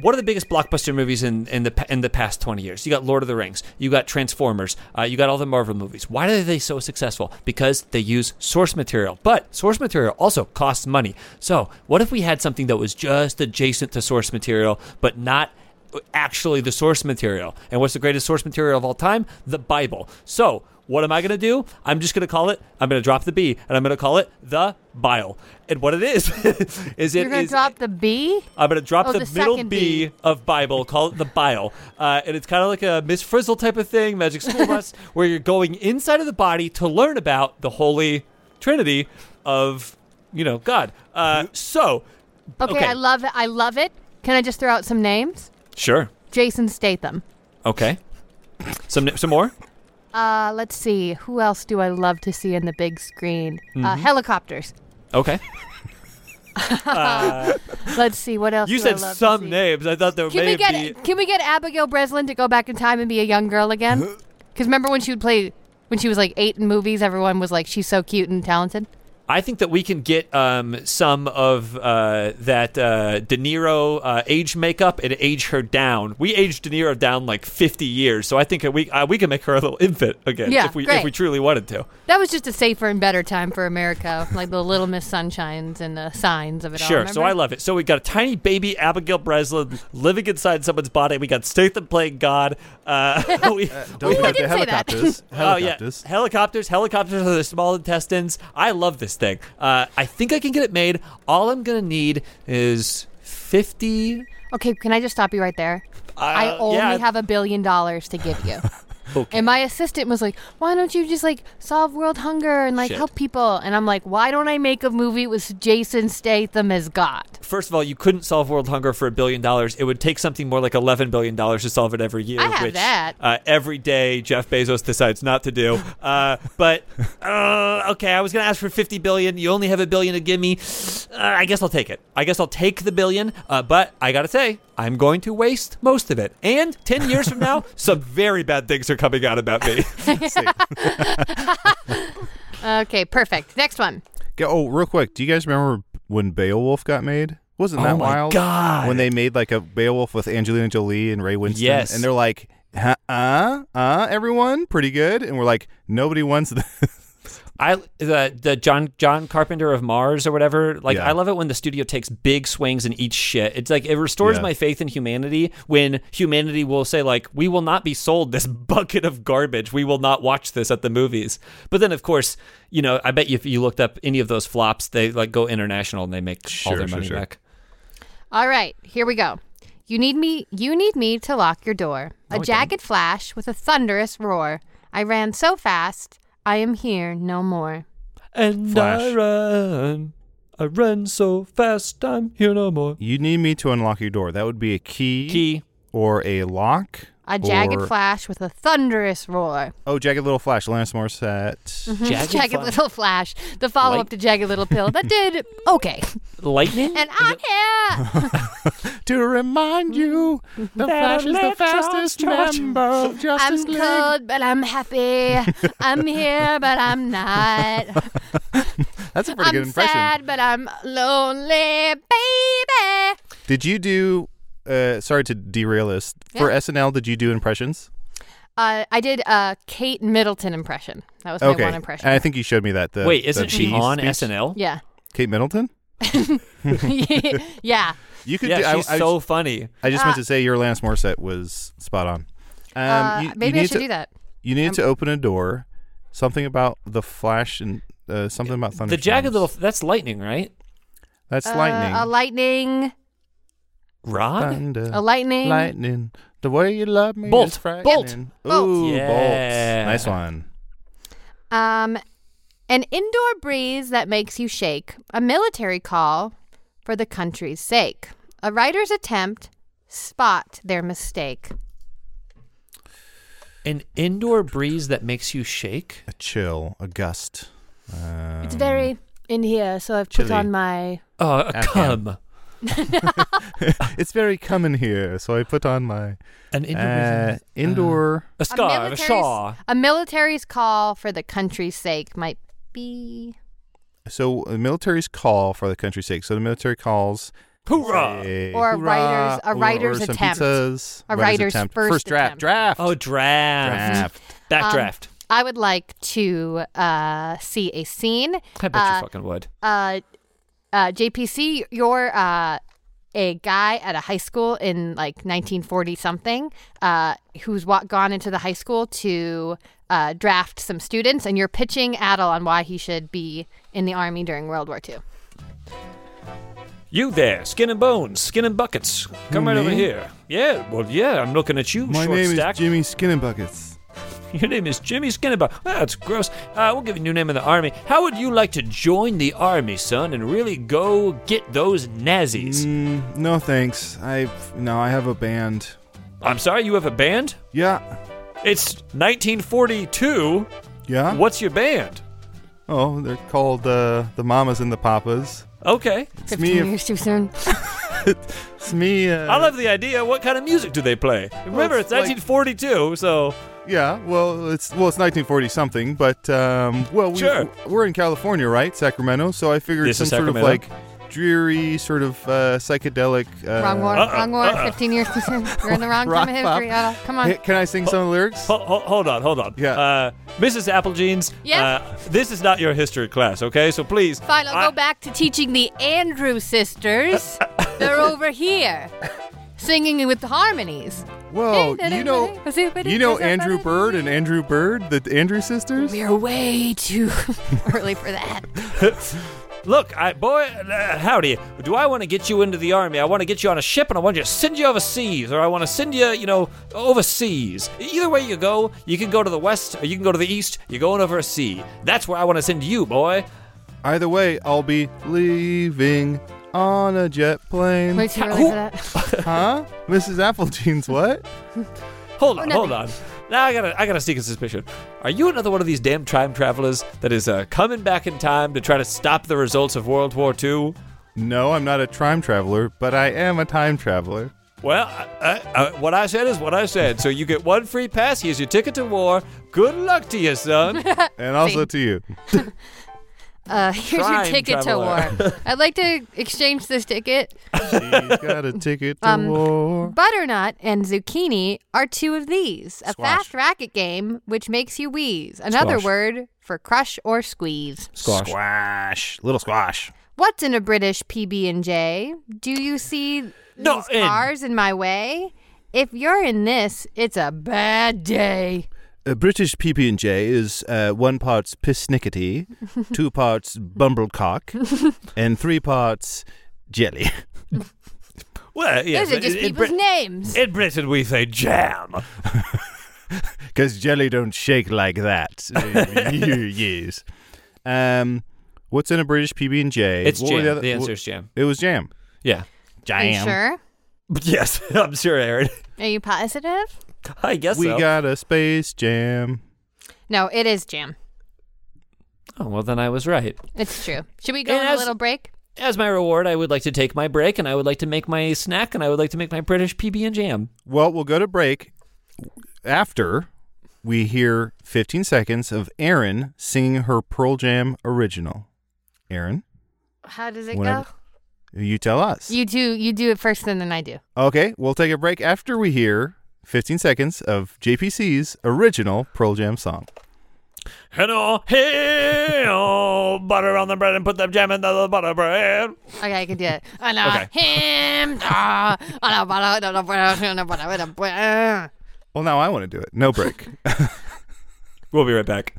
F: what are the biggest blockbuster movies in, in the pa- in the past twenty years? You got Lord of the Rings. You got Transformers. Uh, you got all the Marvel movies. Why are they so successful? Because they use source material. But source material also costs money. So, what if we had something that was just adjacent to source material, but not actually the source material. And what's the greatest source material of all time? The Bible. So, what am I going to do? I'm just going to call it, I'm going to drop the B, and I'm going to call it the Bile. And what it is, is it
G: You're going
F: is-
G: to drop the B?
F: I'm going to drop
G: Oh,
F: the,
G: the
F: middle
G: second
F: B,
G: B.
F: of Bible, call it the Bile. Uh, and it's kind of like a Miss Frizzle type of thing, Magic School Bus, where you're going inside of the body to learn about the Holy Trinity of, you know, God. Uh, so,
G: Okay,
F: Okay.
G: I love it. I love it. Can I just throw out some names?
F: sure.
G: Jason Statham.
F: Okay. Some, some more?
G: Uh, let's see. Who else do I love to see in the big screen? Uh,
F: Mm-hmm.
G: helicopters.
F: Okay.
G: Let's see what else.
F: You
G: do I
F: said
G: love to
F: some
G: see?
F: names. I thought there
G: Can
F: may
G: we get
F: be.
G: Can we get Abigail Breslin to go back in time and be a young girl again? Because remember when she would play when she was like eight in movies, everyone was like, "She's so cute and talented."
F: I think that we can get um, some of uh, that uh, De Niro uh, age makeup and age her down. We aged De Niro down like fifty years, so I think that we uh, we can make her a little infant again
G: Yeah,
F: if we if
G: great.
F: we truly wanted to.
G: That was just a safer and better time for America, like the Little Miss Sunshines and the signs of it all.
F: Sure. So I
G: remember?
F: love it. So we got a tiny baby Abigail Breslin living inside someone's body. We got Statham playing God. Uh, we,
E: Don't forget the
G: didn't say that.
E: helicopters.
F: Oh yeah,
E: helicopters.
F: helicopters. Helicopters are the small intestines. I love this thing. Uh, I think I can get it made. All I'm gonna need is fifty.
G: Okay, can I just stop you right there?
F: Uh,
G: I only
F: yeah.
G: have a billion dollars to give you. And my assistant was like, "Why don't you just like solve world hunger and like
F: Shit.
G: help people?" And I'm like, "Why don't I make a movie with Jason Statham as God?"
F: First of all, you couldn't solve world hunger for a billion dollars. It would take something more like eleven billion dollars to solve it every year.
G: I have
F: which,
G: that.
F: Uh, every day, Jeff Bezos decides not to do. Uh, but uh, okay, I was going to ask for fifty billion. You only have a billion to give me. Uh, I guess I'll take it. I guess I'll take the billion. Uh, but I gotta say, I'm going to waste most of it. And ten years from now, some very bad things are coming out about me.
G: Okay, perfect. Next one.
E: Go- Oh, real quick, do you guys remember when Beowulf got made? Wasn't
F: Oh
E: that
F: my
E: wild?
F: God.
E: When they made like a Beowulf with Angelina Jolie and Ray Winston,
F: Yes.
E: and they're like, huh, uh, uh, everyone, pretty good, and we're like, nobody wants this.
F: I the the John John Carpenter of Mars or whatever. Like
E: Yeah.
F: I love it when the studio takes big swings and eats shit. It's like it restores
E: Yeah.
F: my faith in humanity when humanity will say like we will not be sold this bucket of garbage. We will not watch this at the movies. But then of course, you know, I bet you if you looked up any of those flops, they like go international and they make all
E: Sure,
F: their
E: sure,
F: money
E: sure.
F: back.
G: All right, here we go. You need me. You need me to lock your door. a jagged flash with a thunderous roar. I ran so fast. I am here no more.
F: And I
E: Flash.
F: run, I run so fast, I'm here no more.
E: You need me to unlock your door. That would be a key,
F: Key.
E: or a lock.
G: A jagged
E: or-
G: flash with a thundrous roar.
E: Oh, jagged little flash, Alanis Morissette.
F: Jagged, flash.
G: Mm-hmm. Little Flash, the follow up
F: Light-
G: to Jagged Little Pill, that did okay.
F: lightning.
G: And I'm here.
H: To remind you, the Flash is the fastest member of Justice
G: I'm
H: League.
G: cold, but I'm happy. I'm here, but I'm not.
E: That's a pretty
G: I'm
E: good impression.
G: sad, but I'm lonely, baby.
E: Did you do? Uh, sorry to derail this. For
G: Yeah.
E: SNL, did you do impressions?
G: Uh, I did a Kate Middleton impression. That was my
E: okay,
G: one impression.
E: and I think you showed me that. The,
F: Wait,
E: the
F: isn't she
E: cheese
F: on
E: speech.
F: SNL?
G: yeah.
E: Kate Middleton.
G: yeah.
E: You could. do,
F: Yeah,
E: I-
F: she's
E: I,
F: so funny.
E: I just meant to say your Alanis Morissette was spot on. Um,
G: Ah. Uh,
E: you- you
G: maybe I
E: need
G: should
E: to-
G: do um, that.
E: You needed to open a door. Something about the flash and uh, something about thunder.
F: The jagged little—that's lightning, right?
E: That's
G: Uh,
E: lightning.
G: A lightning.
F: Rod.
E: Thunder,
G: A lightning.
E: Lightning. The way you love me
F: Bolt.
E: is
F: Bolt.
E: frightening.
G: Bolt.
E: Ooh,
F: Yeah.
E: bolt. Nice one.
G: Um, an indoor breeze that makes you shake. A military call for the country's sake. A writer's attempt. Spot their mistake.
F: An indoor breeze that makes you shake.
E: A chill, a gust. Um,
G: It's very in here, so I've put
E: chilly.
G: on my.
F: Oh, a
E: Afghan.
F: cum.
E: It's very common here, so I put on my
F: An indoor Uh-huh.
E: uh,
F: breeze.
E: indoor.
F: A scarf. A,
G: military's-
F: shawl.
G: A military's call for the country's sake might be.
E: So the military's call for the country's sake. So the military calls
F: Hoorah!
E: a
G: Or
E: hoorah,
G: a writer's- a
E: or-
G: writer's
E: or some
G: attempt.
E: pizzas,
G: A writer's first
E: draft.
G: attempt.
E: Draft.
F: Oh, draft.
E: draft.
F: Backdraft.
G: I would like to uh, see a scene.
F: I bet
G: uh,
F: you fucking would.
G: uh, uh, JPC, you're uh, a guy at a high school in like 1940 something uh, who's wa- gone into the high school to uh, draft some students, and you're pitching Adel on why he should be in the army during World War II.
F: You there, skin and bones, skin and buckets. Come right over
E: me?
F: here. Yeah, well, yeah, I'm looking at you,
E: My
F: short
E: name
F: stack.
E: is Jimmy Skinnerbuckets.
F: Your name is Jimmy Skinnerbuck. Wow, that's gross. Uh, we'll give you a new name in the army. How would you like to join the army, son, and really go get those Nazis?
E: Mm, no thanks. I no, I have a band.
F: I'm sorry, you have a band?
E: Yeah,
F: It's 1942.
E: yeah.
F: What's your band?
E: Oh, they're called uh, the Mamas and the Papas.
F: Okay.
E: It's
G: 15
E: me.
G: years too soon.
E: It's me. Uh,
F: I love the idea. What kind of music do they play? Remember,
E: it's
F: it's,
E: like-
F: 1942, so
E: Yeah. Well, it's well, it's 1940 something, but um, well, we,
F: Sure.
E: we're in California, right? Sacramento. So I figured
F: This
E: some
F: is
E: sort of like
F: Sacramento?
E: dreary, sort of uh, psychedelic. Uh,
G: wrong war,
F: uh-uh,
G: wrong war,
F: uh-uh.
G: 15 years too soon. You're in the wrong
E: Rock
G: time of history,
E: pop.
G: Adel. Come on.
E: Hey, can I sing some of the lyrics?
F: ho- ho- hold on, hold on.
E: Yeah.
F: Uh, Mrs. Applejeans,
G: Yeah?
F: uh, this is not your history class, okay? So please.
G: Fine, I'll
F: I-
G: go back to teaching the Andrew sisters. They're over here singing with harmonies.
E: Whoa,
G: Hey,
E: you know,
G: everybody-
E: you know
G: everybody-
E: Andrew Bird and Andrew Bird, the Andrew sisters.
G: We're way too early for that.
F: Look, I boy, uh, howdy. Do I want to get you into the army? I want to get you on a ship, and I want you to send you overseas, or I want to send you, you know, overseas. Either way you go, you can go to the west, or you can go to the east. You're going over a sea. That's where I want to send you, boy.
E: Either way, I'll be leaving on a jet plane.
G: Way too early
F: who-
G: for that.
E: Huh? Mrs. Applejean's what?
F: Hold on,
G: nothing.
F: hold on. Now I gotta, I gotta seek a suspicion. Are you another one of these damn time travelers that is uh, coming back in time to try to stop the results of World War II?
E: No, I'm not a time traveler, but I am a time traveler.
F: Well, I, I, I, what I said is what I said. So you get one free pass. Here's your ticket to war. Good luck to you, son.
E: And also
G: Same.
E: to you.
G: Uh, here's your
F: Time
G: ticket
F: traveler.
G: to war. I'd like to exchange this ticket.
E: She's got a ticket
G: Um,
E: to war.
G: Butternut and zucchini are two of these. A
E: Squash.
G: fast racket game which makes you wheeze. Another
F: Squash.
G: word for crush or squeeze.
F: Squash.
E: Squash. Little squash.
G: What's in a British PB and J? Do you see these
F: Not in.
G: cars in my way? If you're in this, it's a bad day.
E: A British PB&J is uh, one parts pissnickety, two parts bumblecock, and three parts jelly.
F: Well, yeah,
G: Those are just
F: in- in,
G: people's
F: Brit-
G: names.
F: in Britain, we say jam.
E: Because jelly don't shake like that. yes. Um, what's in a British PB&J?
F: It's
E: What were
F: jam. The,
E: other-
F: answer
E: wh-
F: is jam.
E: It was jam.
F: Yeah.
G: are you
E: Jam.
G: sure?
F: Yes, I'm sure, Aaron.
G: Are you positive?
F: I guess
E: We
F: so.
E: got a space jam.
G: No, it is jam.
F: oh, well, then I was right.
G: It's true. Should we go
F: And
G: on a
F: as-
G: little break?
F: As my reward, I would like to take my break, and I would like to make my snack, and I would like to make my British PB and jam.
E: Well, we'll go to break after we hear 15 seconds of Erin singing her Pearl Jam original. Erin,
G: How does it
E: Whenever- you tell us.
G: go? You do. You do it first, and then I do.
E: okay, we'll take a break after we hear 15 seconds of JPC's original Pearl Jam song.
F: Hello, hey, oh, butter on the bread and put the jam in the butter bread.
G: Okay, I can do it. And, uh, him, uh, and, uh, but, uh, and, uh, but, uh, and, uh, but, uh, and, uh, but, uh.
E: Well, now I want to do it. No break.
F: We'll be right back.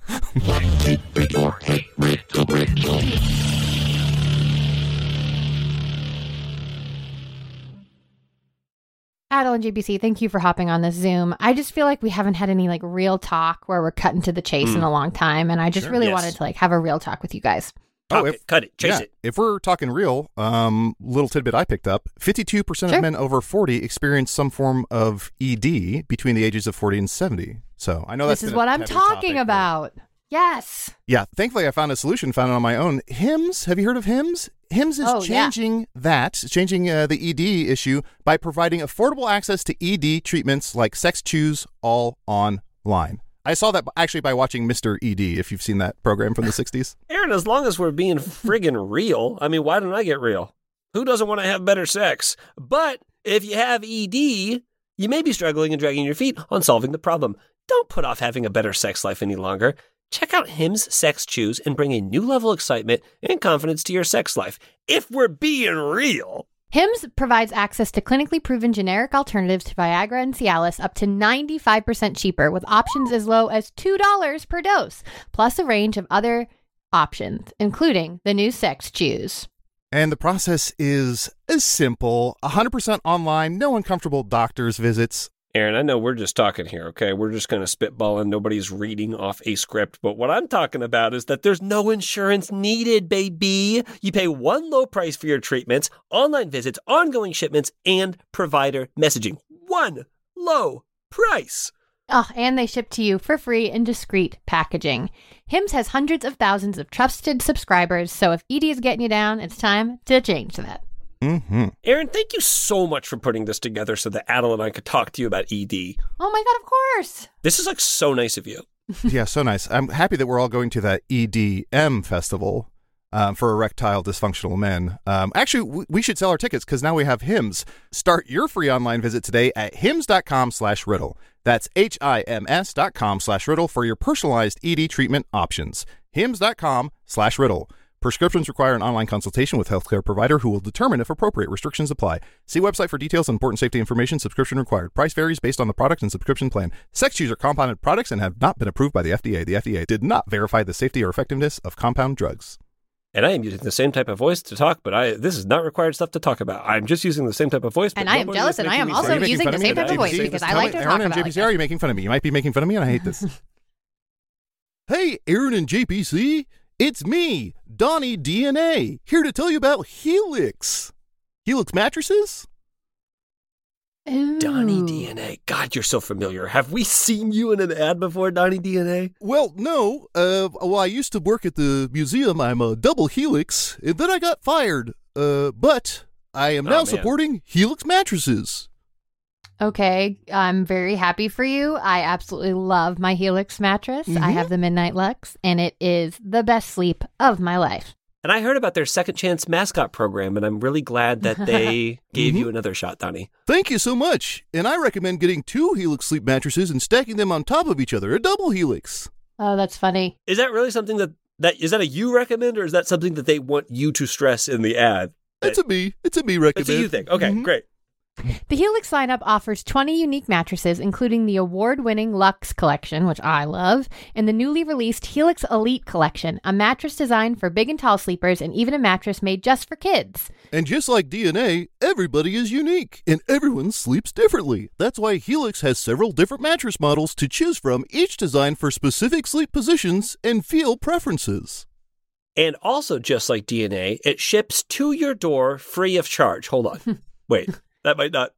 G: Adel and JBC, thank you for hopping on this Zoom. I just feel like we haven't had any like real talk where we're cutting to the chase
E: Mm.
G: in a long time, and I just really
F: Yes.
G: wanted to like have a real talk with you guys.
E: Oh,
F: Talk
E: if-
F: it, cut it, chase
E: Yeah,
F: it.
E: If we're talking real, um, little tidbit I picked up 52%
G: Sure.
E: of men over 40 experience some form of ED between the ages of 40 and 70. So I know that's
G: this is
E: been a
G: what I'm
E: taboo
G: talking
E: topic, but-
G: about. Yes.
E: Yeah, thankfully I found a solution, found it on my own. Hims, have you heard of Hims? Hims is
G: Oh, yeah.
E: changing that, it's changing uh, the ED issue by providing affordable access to ED treatments like sex choose all online. I saw that b- actually by watching Mr. ED, if you've seen that program from the 60s.
I: Aaron, as long as we're being friggin' real, I mean, why don't I get real? Who doesn't want to have better sex? But if you have ED, you may be struggling and dragging your feet on solving the problem. Don't put off having a better sex life any longer. Check out Hims Sex Choose and bring a new level of excitement and confidence to your sex life. If we're being real.
G: Hims provides access to clinically proven generic alternatives to Viagra and Cialis up to 95% cheaper with options as low as $2 per dose, plus a range of other options, including the new sex choose.
E: And the process is as simple 100% online, no uncomfortable doctor's visits.
I: Aaron, I know we're just talking here, okay? We're just going to spitball and nobody's reading off a script. But what I'm talking about is that there's no insurance needed, baby. You pay one low price for your treatments, online visits, ongoing shipments, and provider messaging. One low price.
G: Oh, and they ship to you for free in discreet packaging. Hims has hundreds of thousands of trusted subscribers, so if ED is getting you down, it's time to change that.
E: Mm-hmm.
I: Aaron, thank you so much for putting this together so that Adel and I could talk to you about ED.
G: Oh my god, of course.
I: This is like so nice of you.
E: yeah, so nice. I'm happy that we're all going to that EDM festival um, for erectile dysfunctional men. Um, actually, w- we should sell our tickets because now we have hymns. Start your free online visit today at hymns.com slash riddle. That's H-I-M-S dot com slash riddle for your personalized ED treatment options. hymns.com slash riddle. Prescriptions require an online consultation with healthcare provider who will determine if appropriate restrictions apply. See website for details and important safety information. Subscription required. Price varies based on the product and subscription plan. Sex shoes are compounded products and have not been approved by the FDA. The FDA did not verify the safety or effectiveness of compound drugs.
F: And I am using the same type of voice to talk, but I this is not required stuff to talk about. I'm just using the same type of voice. but
G: And I am
F: nobody
G: jealous,
F: is
G: and I
F: making
G: am
F: me
G: also
F: say-
E: Are you making
G: using
E: fun
G: the
E: of me?
G: same type of
E: JPC?
G: voice because I
E: Tell
G: like
E: me-
G: to
E: Aaron
G: talk
E: and
G: about
E: JPC,
G: it.
E: are you making fun of me? You might be making fun of me, and I hate this. hey, Aaron and JPC, it's me, Donnie DNA, here to tell you about Helix. Helix mattresses?
F: Donnie DNA. God, you're so familiar. Have we seen you in an ad before, Donnie DNA?
E: Well, no. Uh, well, I used to work at the museum. I'm a double Helix, and then I got fired. Uh, but I am
F: Oh,
E: now
F: man.
E: supporting Helix mattresses.
G: Okay, I'm very happy for you. I absolutely love my Helix mattress. I have the Midnight Lux, and it is the best sleep of my life.
F: And I heard about their second chance mascot program, and I'm really glad that they
E: Mm-hmm.
F: gave you another shot, Donnie.
E: Thank you so much, and I recommend getting two Helix sleep mattresses and stacking them on top of each other, a double Helix.
G: Oh, that's funny.
F: Is that really something that that is that a you recommend, or is that something that they want you to stress in the ad?
E: It's a me. It's a me recommend.
F: It's a you thing. Okay,
G: Mm-hmm.
E: Mhm.
F: great.
G: The Helix lineup offers 20 unique mattresses, including the award winning Lux collection, which I love, and the newly released Helix Elite collection, a mattress designed for big and tall sleepers, and even a mattress made just for kids.
E: And just like DNA, everybody is unique and everyone sleeps differently. That's why Helix has several different mattress models to choose from, each designed for specific sleep positions and feel preferences.
F: And also, just like DNA, it ships to your door free of charge. Hold on. Wait, that might not.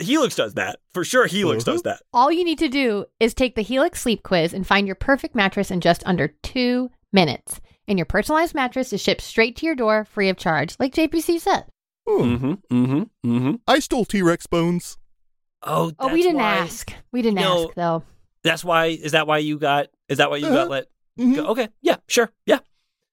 F: Helix does that. For sure, Helix does that.
G: All you need to do is take the Helix sleep quiz and find your perfect mattress in just under two minutes. And your personalized mattress is shipped straight to your door free of charge, like JPC said.
F: Mm hmm. Mm hmm. Mm hmm.
E: I stole T Rex bones.
F: Oh,
G: Oh,
F: that's
G: we didn't
F: why-
G: ask. We didn't
F: No.
G: ask, though.
F: That's why. Is that why you got. Is that why you
E: Uh-huh.
F: got let
E: Mhm.
F: go? Okay. Yeah, sure. Yeah.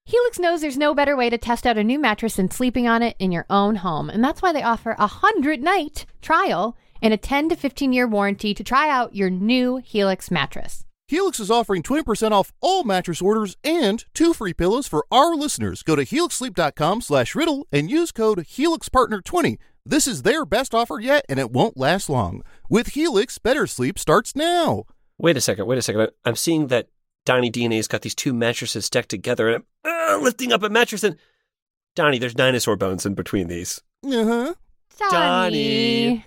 G: Helix knows there's no better way to test out a new mattress than sleeping on it in your own home. And that's why they offer a 100 night trial and a 10 to 15 year warranty to try out your new Helix mattress.
E: Helix is offering 20% off all mattress orders and two free pillows for our listeners. Go to helixsleep.com slash riddle and use code HelixPartner20. This is their best offer yet, and it won't last long. With Helix, better sleep starts now.
F: Wait a second. Wait a second. I- I'm seeing that Donnie DNA's got these two mattresses stacked together, and I'm uh, lifting up a mattress, and Donnie, there's dinosaur bones in between these.
E: Uh-huh.
F: Donnie.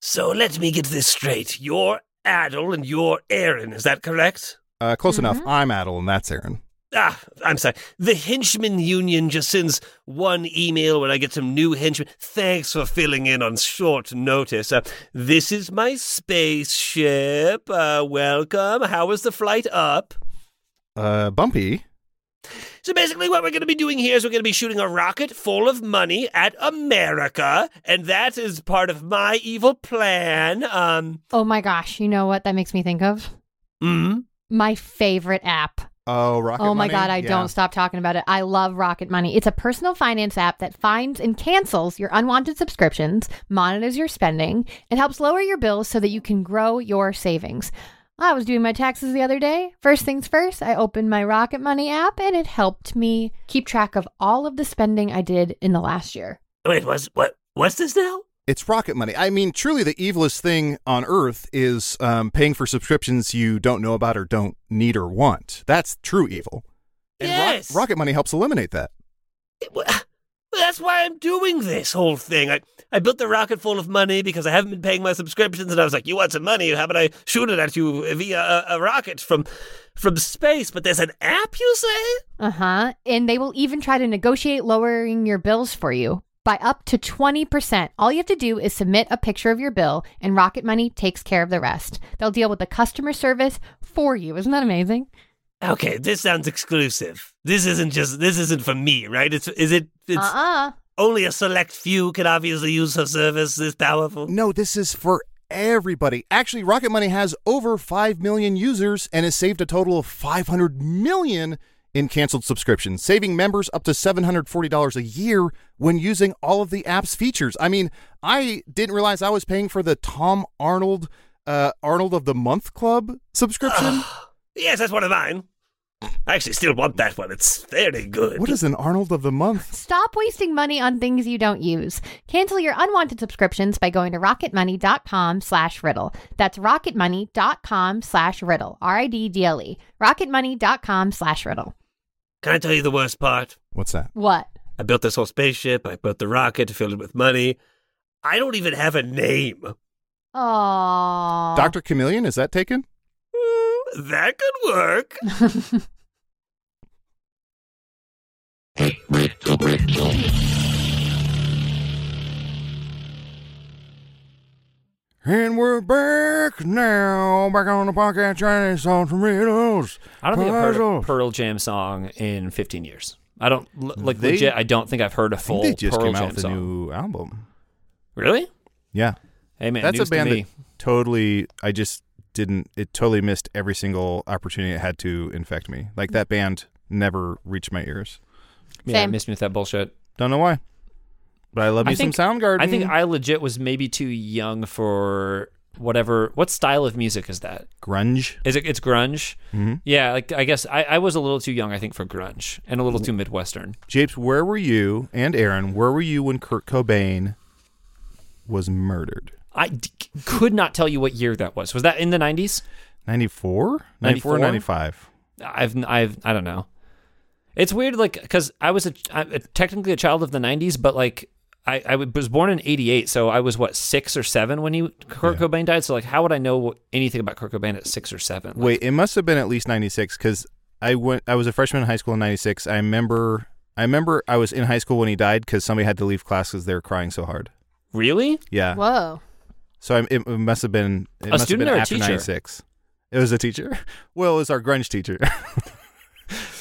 F: So let me get this straight. You're Adel and you're Aaron, is that correct?
E: Uh, close enough. I'm Adel, and that's Aaron.
F: Ah, I'm sorry. The henchman union just sends one email when I get some new henchmen. Thanks for filling in on short notice. Uh, this is my spaceship. Uh, welcome. How was the flight up?
E: Uh, Bumpy.
F: So basically, what we're going to be doing here is we're going to be shooting a rocket full of money at America, and that is part of my evil plan. Um,
G: Oh my gosh, you know what that makes me think of?
F: mm,
G: My favorite app.
E: Oh, Rocket
G: oh my
E: Money?
G: God, I
E: Yeah.
G: don't stop talking about it. I love Rocket Money. It's a personal finance app that finds and cancels your unwanted subscriptions, monitors your spending, and helps lower your bills so that you can grow your savings. I was doing my taxes the other day. First things first, I opened my Rocket Money app and it helped me keep track of all of the spending I did in the last year.
F: Wait, what's what? What's this now?
E: It's Rocket Money. I mean, truly the evilest thing on earth is um, paying for subscriptions you don't know about or don't need or want. That's true evil. And Rock-
F: Yes.
E: Rocket Money helps eliminate that.
F: Well, That's why I'm doing this whole thing. I, I built the rocket full of money because I haven't been paying my subscriptions, and I was like, "You want some money? How about I shoot it at you via a, a rocket from from space?" But there's an app, you say?
G: Uh huh. And they will even try to negotiate lowering your bills for you by up to 20%. All you have to do is submit a picture of your bill, and Rocket Money takes care of the rest. They'll deal with the customer service for you. Isn't that amazing?
F: Okay, this sounds exclusive. This isn't just this isn't for me, right? It's is it? It's
G: Uh uh
F: only a select few can obviously use her service this powerful.
E: No, this is for everybody. Actually, Rocket Money has over 5 million users and has saved a total of 500 million in canceled subscriptions, saving members up to $740 a year when using all of the app's features. I mean, I didn't realize I was paying for the Tom Arnold uh, Arnold of the Month Club subscription.
F: Yes, that's one of mine. I actually still want that one. It's very good.
E: what is an Arnold of the Month?
G: Stop wasting money on things you don't use. Cancel your unwanted subscriptions by going to rocketmoney.com slash riddle. That's rocketmoney.com slash riddle. R I D D L E. Rocketmoney.com slash riddle.
F: Can I tell you the worst part?
E: What's that?
G: What?
F: I built this whole spaceship. I built the rocket, filled it with money. I don't even have a name.
G: Oh.
E: Dr. Chameleon, is that taken?
F: Mm, That could work.
E: And we're back now, back on the podcast trying to solve some riddles.
J: I don't think I've heard a Pearl Jam song in 15 years. I don't l- like
E: They-
J: legit. I don't think I've heard a
E: I think
J: full
E: they just
J: Pearl
E: came
J: Jam
E: out with a
J: song.
E: new album.
J: Really?
E: Yeah,
J: Hey man,
E: that's a
J: news to
E: band
J: me.
E: that totally. I just didn't. It totally missed every single opportunity it had to infect me. Like that band never reached my ears.
J: yeah,
G: Same.
J: missed me with that bullshit.
E: Don't know why, but I love me some Soundgarden.
J: I think I legit was maybe too young for whatever. What style of music is that?
E: grunge.
J: Is it? It's grunge.
E: Mm-hmm.
J: Yeah, like I guess I, I was a little too young. I think for grunge and a little too midwestern.
E: Japes, where were you and Aaron? Where were you when Kurt Cobain was murdered?
J: I d- could not tell you what year that was. Was that in the nineties?
E: 94? 94
J: 94?
E: or 95?
J: I've I've I don't know. It's weird, like because I was a, I, a technically a child of the '90s, but like I, I was born in '88, so I was what six or seven when he Kurt Cobain died. So like, how would I know what, anything about Kurt Cobain at six or seven? Like,
E: Wait, it must have been at least 96 cuz I went I was a freshman in high school in 96. I remember I remember I was in high school when he died cuz somebody had to leave class cuz they were crying so hard.
J: really?
E: Yeah.
G: Whoa.
E: So I, it must have been it must have
J: student
E: been
J: or a
E: after
J: teacher?
E: 96. It was a teacher. Well, it was our grunge teacher.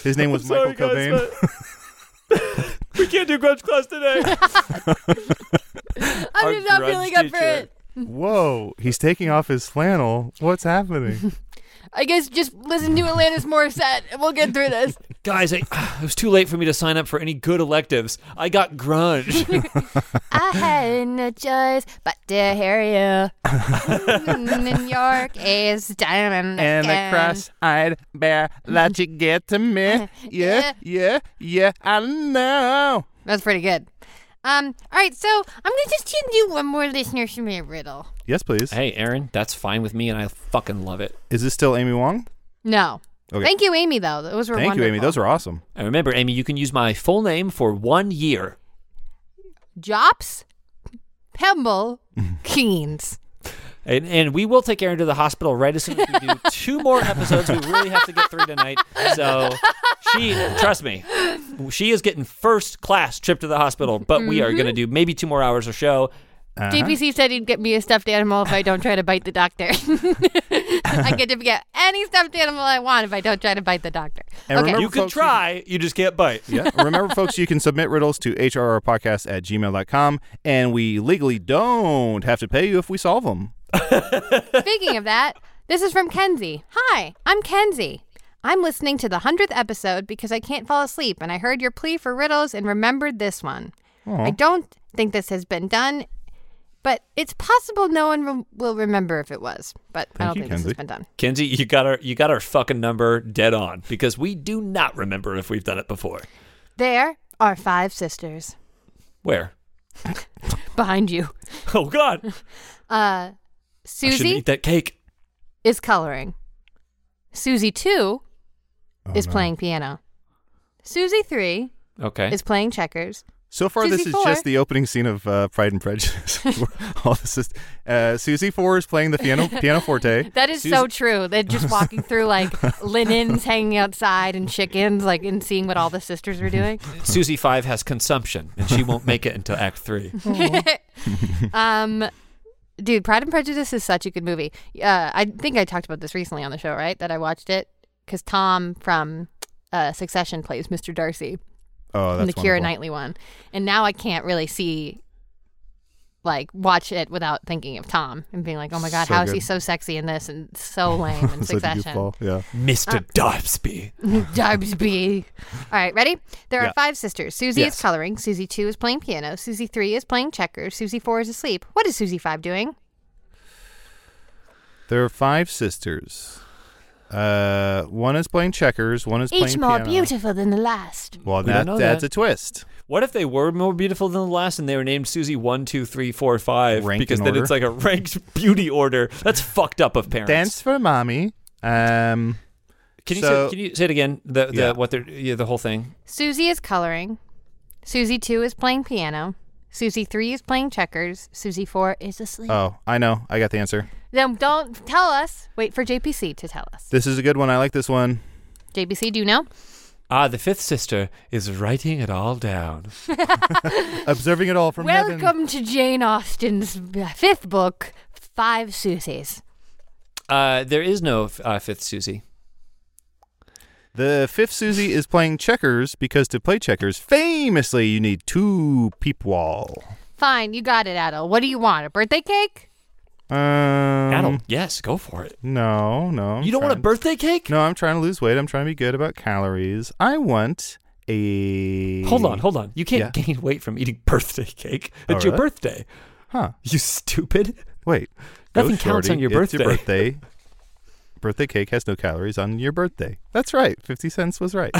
E: His name was Michael Cobain.
J: we can't do grunge class today.
G: I'm
J: Our
G: just not
J: grunge
G: feeling up for
J: teacher.
G: it.
E: Whoa, he's taking off his flannel. What's happening?
G: I guess just listen to Alanis Morissette and we'll get through this.
J: Guys, I, it was too late for me to sign up for any good electives. I got grunge.
G: I had no choice but to hear you. Mm, New York is diamond
H: And the
G: again.
H: cross-eyed bear that you get to me. Yeah, yeah, yeah, I know.
G: That's pretty good. Um, all right, so I'm gonna just do one more listener submitted riddle.
E: yes, please.
J: hey, Aaron, that's fine with me, and I fucking love it.
E: Is this still Amy Wong?
G: No.
E: Okay.
G: Thank you, Amy. Though those were
E: Thank you, Amy.
G: wonderful.
E: Those are awesome.
J: And remember, Amy, you can use my full name for one year.
G: Jops, Pemble, Keens.
J: And, and we will take Aaron to the hospital right as soon as we do two more episodes. We really have to get through tonight. So she, trust me, she is getting first class trip to the hospital. But we are
G: Mm-hmm.
J: going to do maybe two more hours of show.
E: Uh-huh.
G: DPC said he'd get me a stuffed animal if I don't try to bite the doctor. I get to get any stuffed animal I want if I don't try to bite the doctor.
E: And
G: okay.
E: remember-
J: You can
E: folks,
J: try, you just can't bite.
E: Yeah. Remember, folks, you can submit riddles to hrrpodcast at gmail.com, and we legally don't have to pay you if we solve them.
G: Speaking of that, this is from Kenzie. Hi, I'm Kenzie. I'm listening to the 100th episode because I can't fall asleep, and I heard your plea for riddles and remembered this one. I don't think this has been done, but it's possible no one re- will remember if it was. But I
E: Thank
G: don't
E: you,
G: think this
E: Kenzie.
G: has been done.
J: Kenzie, you got our you got our fucking number dead on because we do not remember if we've done it before.
G: There are five sisters
J: Where?
G: behind you.
J: Oh God!
G: Uh,
J: I should
G: Susie
J: eat that cake.
G: is coloring. Susie 2
E: Oh,
G: is
E: no.
G: playing piano. Susie 3
J: Okay.
G: is playing checkers.
E: So far, this
G: Susie
E: is
G: Four.
E: just the opening scene of uh, Pride and Prejudice. All this is, uh, Susie Four is playing the piano pianoforte.
G: That is so true. They're just walking through like linens hanging outside and chickens, like and seeing what all the sisters were doing.
J: Susie Five has consumption, and she won't make it until Act Three.
G: Um, dude, Pride and Prejudice is such a good movie. Uh, I think I talked about this recently on the show, right? That I watched it because Tom from uh, Succession plays Mr. Darcy
E: Oh,
G: in
E: that's
G: the Kira
E: wonderful.
G: Knightley one, and now I can't really see. Like watch it without thinking of Tom and being like, "Oh my God,
E: So
G: how is he
E: good.
G: so sexy in this and so lame in
E: Such a
G: Succession?"
E: goofball. Yeah.
G: Uh,
J: Mr. Dobsby.
G: Darby. All right, ready? There
E: Yeah.
G: are five sisters. Susie
J: Yes.
G: is coloring. Susie 2 is playing piano. Susie 3 is playing checkers. Susie 4 is asleep. What is Susie 5 doing?
E: There are five sisters. Uh, one is playing checkers. One is
G: Each
E: playing
G: more
E: piano.
G: beautiful than the last.
E: Well,
J: We don't
E: that,
J: know
E: that's
J: that.
E: a twist.
J: What if they were more beautiful than the last and they were named Susie one, two, three, four, five?
E: Ranked
J: because
E: in
J: then
E: order.
J: it's like a ranked beauty order. That's fucked up of parents.
E: Dance for mommy. Um,
J: Can you say,
E: So-
J: can you say it again? The the
E: Yeah.
J: what they're yeah, the whole thing.
G: Susie is coloring. Susie 2 is playing piano. Susie 3 is playing checkers. Susie 4 is asleep.
E: Oh, I know. I got the answer.
G: Then don't tell us. Wait for JPC to tell us.
E: This is a good one. I like this one.
G: JPC, do you know?
J: Ah, the fifth sister is writing it all down.
E: Observing it all from
G: Welcome
E: heaven.
G: to Jane Austen's fifth book, Five Susies.
J: Uh, there is no uh, fifth Susie.
E: The fifth Susie is playing checkers because to play checkers, famously, you need two people.
G: Fine, you got it, Adel. What do you want? A birthday cake?
E: Um,
J: Adam, yes, go for it.
E: No, no. I'm
J: you don't want a
E: trying-
J: birthday cake?
E: No, I'm trying to lose weight. I'm trying to be good about calories. I want a.
J: Hold on, hold on. You can't
E: Yeah.
J: gain weight from eating birthday cake. It's
E: Oh,
J: your
E: really?
J: birthday.
E: Huh.
J: You stupid.
E: Wait. Go
J: Nothing counts on
E: shorty.
J: your
E: It's your birthday. birthday cake has no calories on your birthday. That's right. 50 cents was right.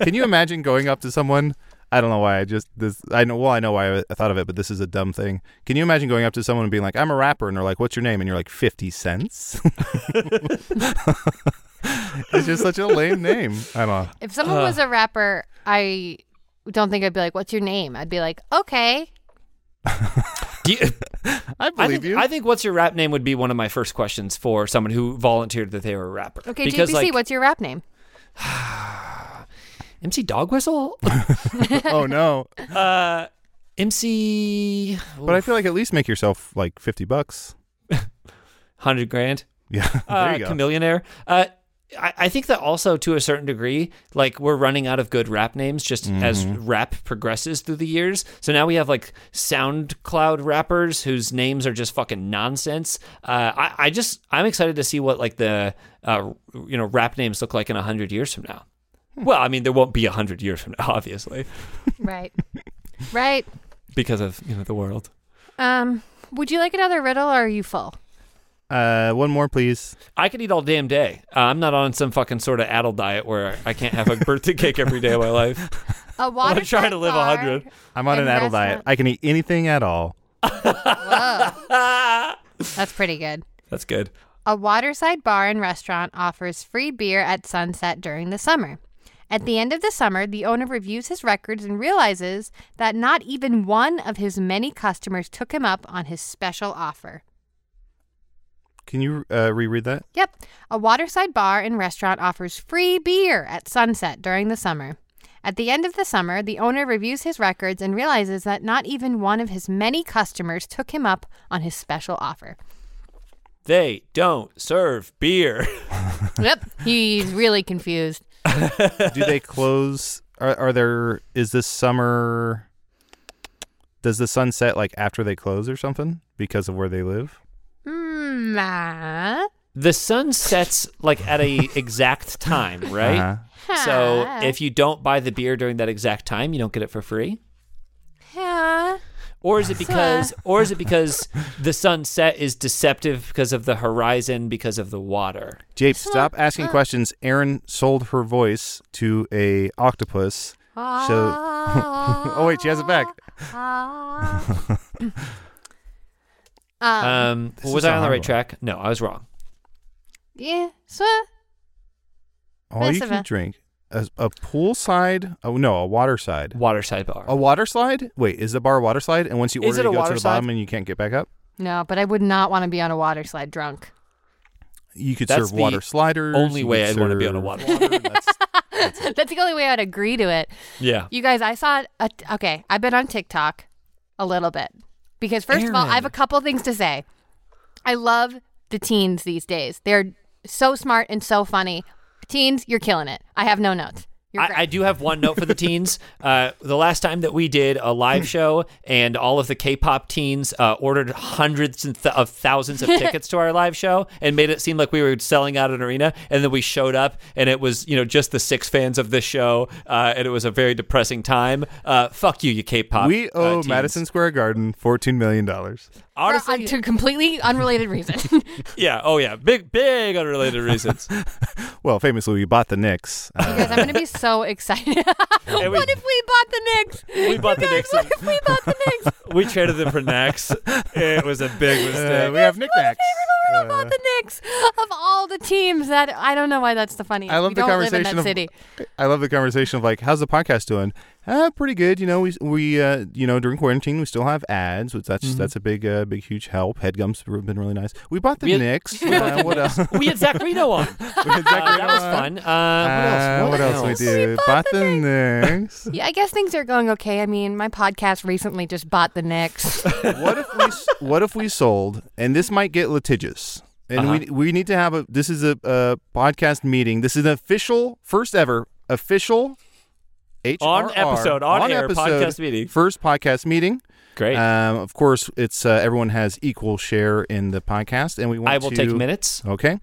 E: Can you imagine going up to someone? I don't know why I just this I know well I know why I thought of it, but this is a dumb thing. Can you imagine going up to someone and being like, "I'm a rapper," and they're like, "What's your name?" and you're like, "50 cents." it's just such a lame name. I don't know.
G: If
J: Uh.
G: someone was a rapper, I don't think I'd be like, "What's your name?" I'd be like, "Okay."
J: Do you,
E: I
J: I
E: believe
J: think,
E: you.
J: I think what's your rap name would be one of my first questions for someone who volunteered that they were a rapper.
G: Okay,
J: because
G: JPC,
J: like
G: what's your rap name?
J: MC Dog Whistle,
E: oh no.
J: uh, MC,
E: But I feel like at least make yourself like 50 bucks.
J: hundred grand.
E: Yeah. there
J: uh,
E: you go.
J: Chameleonaire. Uh, I, I think that also to a certain degree, like we're running out of good rap names just as
E: Mm-hmm.
J: rap progresses through the years. So now we have like SoundCloud rappers whose names are just fucking nonsense. Uh, I, I just I'm excited to see what like the uh, you know rap names look like in hundred years from now.
E: Hmm.
J: Well, I mean, there won't be hundred years from now, obviously,
G: Right. right.
J: because of you know the world.
G: Um, would you like another riddle or are you full?
E: Uh, one more, please.
J: I could eat all damn day. Uh, I'm not on some fucking sort of addle diet where I can't have a birthday cake every day of my life.
G: A water.
J: try to live
G: bar.
J: 100.
E: I'm on
G: And
E: an adult diet.
G: restaurant.
E: I can eat anything at all.
G: That's pretty good.
J: That's good.
G: A waterside bar and restaurant offers free beer at sunset during the summer. At the end of the summer, the owner reviews his records and realizes that not even one of his many customers took him up on his special offer.
E: Can you uh, reread that?
G: Yep. A waterside bar and restaurant offers free beer at sunset during the summer. At the end of the summer, the owner reviews his records and realizes that not even one of his many customers took him up on his special offer.
J: They don't serve beer.
G: yep. He's really confused.
E: Do they close? Are, are there? Is this summer? Does the sun set like after they close or something because of where they live?
G: Hmm. ah.
J: The sun sets like at a exact time,
E: Uh-huh.
J: right? So
G: Huh.
J: if you don't buy the beer during that exact time, you don't get it for free.
G: Yeah.
J: Or is it because or is it because the sunset is deceptive because of the horizon because of the water?
E: Jape, stop asking questions. Erin sold her voice to a octopus. So, oh wait, she has it back.
G: Um,
J: Um
E: This
J: was
E: is a
J: I on the
E: hard
J: right
E: one.
J: track? No, I was wrong.
G: yeah. So,
E: All you
G: Yes,
E: can
G: Eva.
E: drink a, a poolside. Oh no, a waterside.
J: Waterside bar.
E: A water slide? Wait, is the bar a water slide? And once you
J: Is
E: order,
J: it
E: you
J: a
E: go to
J: water
E: the
J: slide?
E: bottom and you can't get back up.
G: no, but I would not want to be on a water slide drunk.
E: You could
J: That's
E: serve
J: the
E: water sliders.
J: only
E: you
J: way
E: could
J: I'd wanna be on a
E: serve-
J: water
E: That's-
G: That's the only way I'd agree to it.
J: Yeah.
G: You guys, I saw. A, okay, I've been on TikTok a little bit because first of all, I have a
J: Aaron.
G: couple things to say. I love the teens these days. They're so smart and so funny. Teens, you're killing it. I have no notes. You're
J: I,
G: great.
J: I do have one note for the teens. Uh, the last time that we did a live show, and all of the K-pop teens uh, ordered hundreds and th- of thousands of tickets to our live show, and made it seem like we were selling out an arena. And then we showed up, and it was you know just the six fans of this show, uh, and it was a very depressing time. Uh, fuck you, you K-pop.
E: we
J: uh,
E: owe
J: teens.
E: Madison Square Garden $14 million.
G: For-
J: honestly.
G: uh, to completely unrelated reason.
J: yeah. Oh yeah. Big, big unrelated reasons.
E: Well, famously, we bought the Knicks. Uh,
G: Because I'm going to be so excited.
J: we-
G: what if we bought the Knicks?
J: We bought the
G: You guys,
J: Knicks.
G: What if we bought the Knicks?
J: we traded them for Nax. It was a big mistake.
E: we have Uh. knickknacks.
G: talking about the Knicks of all the teams that I don't know why that's the funniest.
E: I love
G: We
E: the
G: don't
E: conversation
G: live in that
E: of
G: city.
E: I love the conversation of like, how's the podcast doing? Ah, pretty good. You know, we we uh, you know during quarantine we still have ads, which that's that's a big uh, big huge help. Headgum's re- been really nice. We bought the
J: We-
E: Knicks. Uh, what else?
J: we had Zach Reno on.
E: Zach
J: Uh, that
E: Reno
J: was
E: on.
J: fun. Uh,
E: Uh,
J: what else?
E: what else we do?
G: bought
E: Bought
G: the
E: the Knicks.
G: Yeah, I guess things are going okay. I mean, my podcast recently just bought the Knicks.
E: what if we s- what if we sold and this might get litigious and
J: Uh-huh.
E: we we need to have a this is a, a podcast meeting this is an official first ever official HRR,
J: On episode, on air podcast meeting.
E: first podcast meeting
J: Great.
E: um, of course it's uh, everyone has equal share in the podcast and we want
J: I will
E: to,
J: take minutes.
E: okay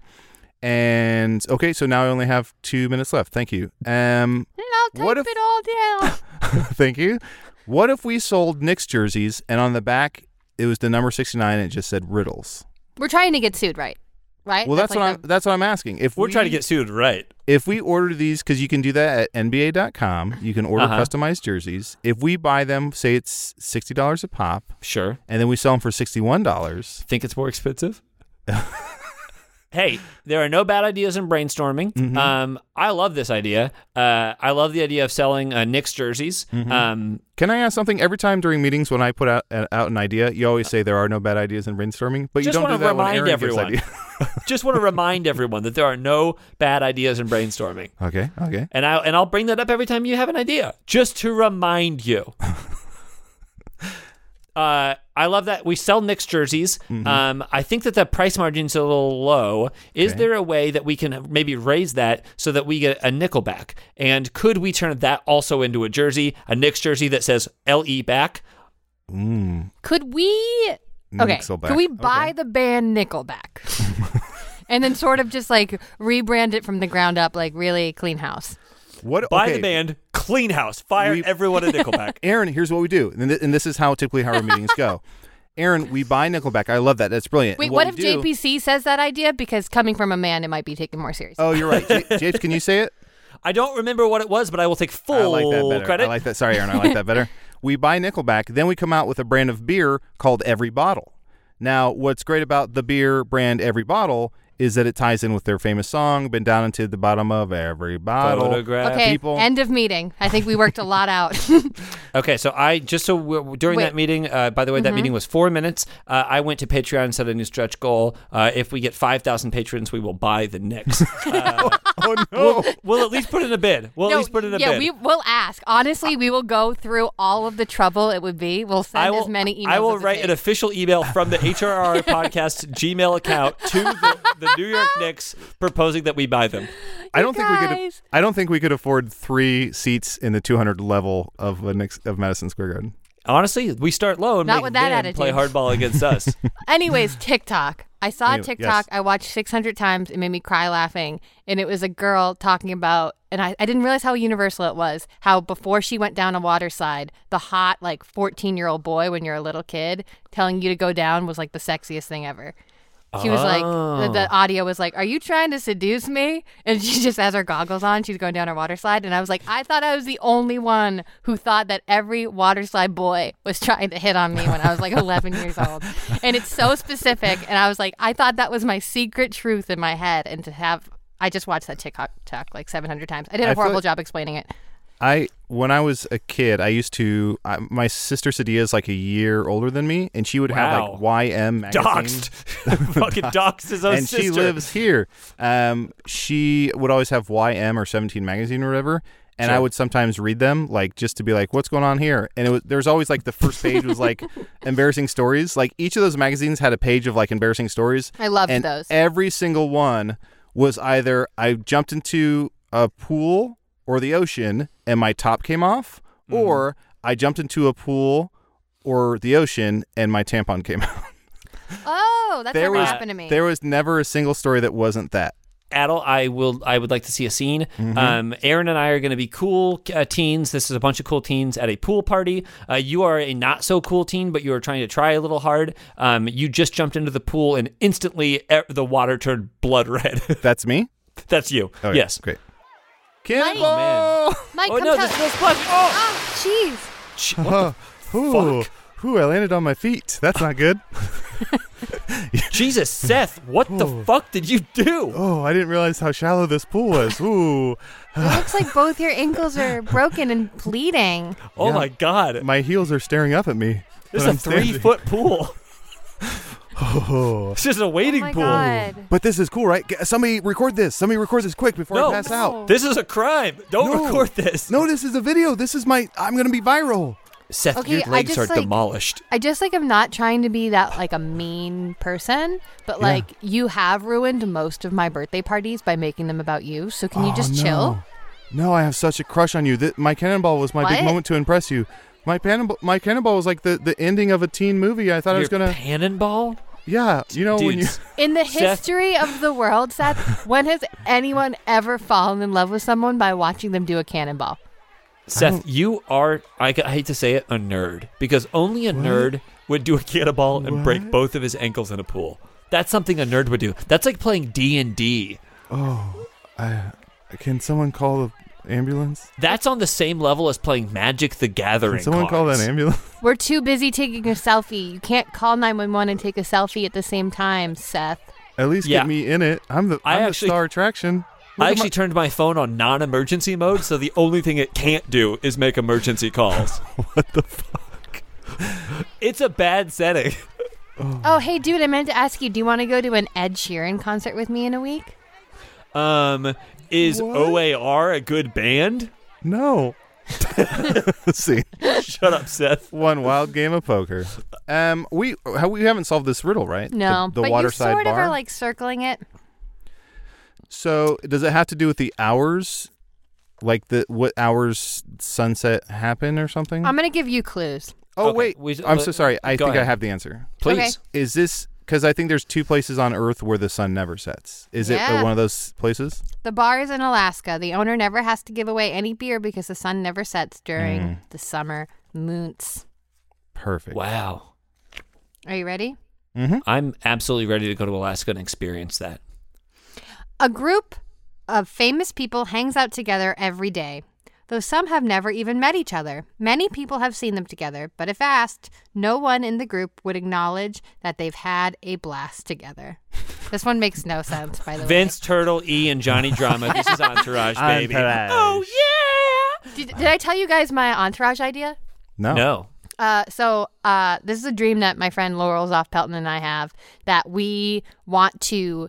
E: and okay so now I only have two minutes left thank you um
G: I'll type
E: What if-
G: it all down.
E: Thank you. What if we sold Knicks jerseys and on the back it was the number 69 and it just said riddles?
G: We're trying to get sued, right? Right?
E: Well, that's, what
G: Eh, like
E: I'm that's what I'm asking. If
J: We're
E: we,
J: trying to get sued, right?
E: if we order these cuz you can do that at nba.com, you can order
J: Uh-huh.
E: customized jerseys. If we buy them, say it's $60 a pop
J: Sure.
E: and then we sell them for $61.
J: Think it's more expensive? hey, there are no bad ideas in brainstorming.
E: Mm-hmm.
J: Um, I love this idea. Uh, I love the idea of selling uh, Knicks jerseys.
E: Mm-hmm.
J: Um,
E: Can I ask something? Every time during meetings when I put out, uh, out an idea, you always say there are no bad ideas in brainstorming, but you
J: Just
E: don't
J: wanna
E: do that when
J: remind
E: Aaron gives
J: everyone.
E: ideas.
J: just want to remind everyone that there are no bad ideas in brainstorming.
E: okay, okay.
J: And I and I'll bring that up every time you have an idea, just to remind you. uh, I love that we sell Knicks jerseys.
E: Mm-hmm.
J: Um, I think that the price margin's a little low. Is there a way that we can maybe raise that so that we get a nickel back? And could we turn that also into a jersey, a Knicks jersey that says "Le back"?
G: Could we? Okay.
E: Nickelback.
G: Could we buy
E: Okay.
G: the band Nickelback? and then sort of just like rebrand it from the ground up, like really clean house.
E: What
J: Buy
E: okay.
J: the band, clean house, fire
E: We-
J: everyone at Nickelback.
E: Aaron, here's what we do, and, th- and this is how typically how our meetings go. Aaron, we buy Nickelback. I love that. That's brilliant.
G: Wait,
E: And
G: what,
E: we
G: if
E: do-
G: JPC says that idea? Because coming from a man, it might be taken more seriously.
E: Oh, you're right. J- Japes, can you say it?
J: I don't remember what it was, but I will take full
E: I like that better.
J: credit.
E: I like that. Sorry, Aaron. I like that better. We buy Nickelback, then we come out with a brand of beer called Every Bottle. Now, what's great about the beer brand Every Bottle is that it ties in with their famous song, "Been Down into the Bottom of Every Bottle."
J: Photograph.
G: okay.
E: people-
G: End of meeting. I think we worked a lot out.
J: Okay, so I just so we during
G: Wait. Mm-hmm.
J: that meeting, uh, by the way, that meeting was four minutes. Uh, I went to Patreon and set a new stretch goal. Uh, if we get five thousand patrons, we will buy the Knicks. Uh,
E: Oh no!
J: we'll at least put in a bid. We'll at least put in a
G: yeah,
J: bid.
G: we will ask. Honestly, we will go through all of the trouble it would be. We'll send
J: I will,
G: as many emails.
J: I will
G: as it
J: write an
G: takes.
J: official email from the HRR podcast Gmail account to the, the New York Knicks proposing that we buy them.
E: I don't think we could.
G: guys.
E: I don't think we could afford three seats in the 200 level of a Knicks, of Madison Square Garden.
J: Honestly, we start low and
G: Not
J: make
G: with that
J: them play
G: attitude.
J: hardball against us.
G: Anyways, TikTok. I saw a
E: Anyway,
G: TikTok
E: yes.
G: I watched 600 times. It made me cry laughing. And it was a girl talking about, and I, I didn't realize how universal it was, how before she went down a water slide, the hot, like 14 year old boy when you're a little kid telling you to go down was like the sexiest thing ever. She was like, the, the
E: Oh.
G: audio was like, Are you trying to seduce me? And she just has her goggles on. She's going down her water slide. And I was like, I thought I was the only one who thought that every water slide boy was trying to hit on me when I was like 11 years old. And it's so specific. And I was like, I thought that was my secret truth in my head. And to have, I just watched that TikTok talk like 700 times. I did a
E: I feel
G: horrible
E: like-
G: job explaining it.
E: I when I was a kid, I used to. I, my sister Sadia is like a year older than me, and she would have
J: Wow.
E: like YM magazine.
J: doxed, fucking doxed his own
E: and
J: sister.
E: she lives here. Um, she would always have YM or 17 magazine or whatever. And I would sometimes read them, like just to be like, "What's going on here?" And it was there's always like the first page was like embarrassing stories. Like each of those magazines had a page of like embarrassing stories.
G: I loved
E: and
G: those.
E: Every single one was either I jumped into a pool or the ocean and my top came off, or I jumped into a pool or the ocean and my tampon came out.
G: Oh, that's
E: there
G: never
E: was
G: happened to me.
E: there was never a single story that wasn't that.
J: Adel, I will. I would like to see a scene.
E: Mm-hmm.
J: Um, Aaron and I are going to be cool uh, teens. This is a bunch of cool teens at a pool party. Uh, you are a not so cool teen, but you are trying to try a little hard. Um, you just jumped into the pool, and instantly e- the water turned blood red.
E: That's me.
J: That's you.
E: Oh, yeah.
J: yes.
E: great.
J: Oh,
E: Cannonball!
G: Mike,
J: oh
G: come
J: no,
G: tell-
J: there's no splash. Oh,
G: Ah, jeez.
J: Ch- what the
E: Ooh, ooh, I landed on my feet. That's not good.
J: Jesus, Seth, what the fuck did you do?
E: Oh, I didn't realize how shallow this pool was. Ooh,
G: It looks like both your ankles are broken and bleeding.
J: Oh
E: Yeah.
J: my god,
E: my heels are staring up at me.
J: this is
E: when
J: a
E: I'm standing.
J: three foot pool.
E: Oh.
J: It's just a
G: Oh
J: wading
G: my
J: pool.
G: god.
E: But this is cool, right? G- Somebody record this. Somebody record this quick before
J: No.
E: I pass out.
J: This is a crime. Don't
E: No.
J: record this.
E: No, this is a video. This is my. I'm gonna be viral.
J: Seth,
G: Okay,
J: your
G: I
J: legs
G: just,
J: are
G: like-
J: demolished.
G: I just like I'm not trying to be that like a mean person, but
E: Yeah.
G: like you have ruined most of my birthday parties by making them about you. So can you
E: Oh,
G: just chill?
E: No. No, I have such a crush on you. Th- my cannonball was my
G: What?
E: big moment to impress you. My cannonball, my cannonball was like the, the ending of a teen movie. I thought I
J: your
E: was gonna.
J: cannonball,
E: yeah, you know when you.
J: dude.
G: In the
J: Seth-
G: history of the world, Seth, when has anyone ever fallen in love with someone by watching them do a cannonball?
J: Seth, you are, I, I hate to say it, a nerd. Because only a nerd would do a cannonball and break both of his ankles in a pool. That's something a nerd would do. That's like playing D&D.
E: Oh, I, can someone call the ambulance?
J: That's on the same level as playing Magic the Gathering
E: Can someone call
J: cards.
E: that ambulance?
G: We're too busy taking a selfie. You can't call 911 and take a selfie at the same time, Seth.
E: At least
J: Yeah.
E: get me in it. I'm the
J: I
E: I'm
J: actually-
E: the star attraction. Look
J: I
E: at
J: actually turned my phone on non-emergency mode, so the only thing it can't do is make emergency calls.
E: what the fuck?
J: it's a bad setting.
G: Oh, hey, dude, I meant to ask you do you want to go to an Ed Sheeran concert with me in a week?
J: Um, is
E: What?
J: OAR a good band?
E: No. Let's see.
J: Shut up, Seth.
E: One wild game of poker. Um, we ha- we haven't solved this riddle, right?
G: No,
E: The, the
G: but you
E: waterside
G: sort of
E: bar.
G: are like circling it.
E: so does it have to do with the hours, like the what hours sunset happen or something?
G: I'm gonna give you clues.
E: oh
J: Okay,
E: wait,
J: we-
E: I'm
J: uh,
E: so sorry. I
J: go
E: think I
J: ahead.
E: have the answer.
J: Please.
E: Is this because I think there's two places on Earth where the sun never sets? Is it
G: Yeah.
E: uh, one of those places?
G: The bar is in Alaska. The owner never has to give away any beer because the sun never sets during the summer moons.
E: Perfect.
J: Wow.
G: Are you ready? Hmm?
J: I'm absolutely ready to go to Alaska and experience that.
G: A group of famous people hangs out together every day. Though some have never even met each other, many people have seen them together, but if asked, no one in the group would acknowledge that they've had a blast together. This one makes no sense, by the
J: Vince Turtle, E, and Johnny Drama. This is Entourage, baby.
E: Oh
G: way. Did, did I tell you guys my entourage idea?
E: no.
J: No.
G: Uh, so uh, this is a dream that my friend Laurel Zoff Pelton and I have that we want to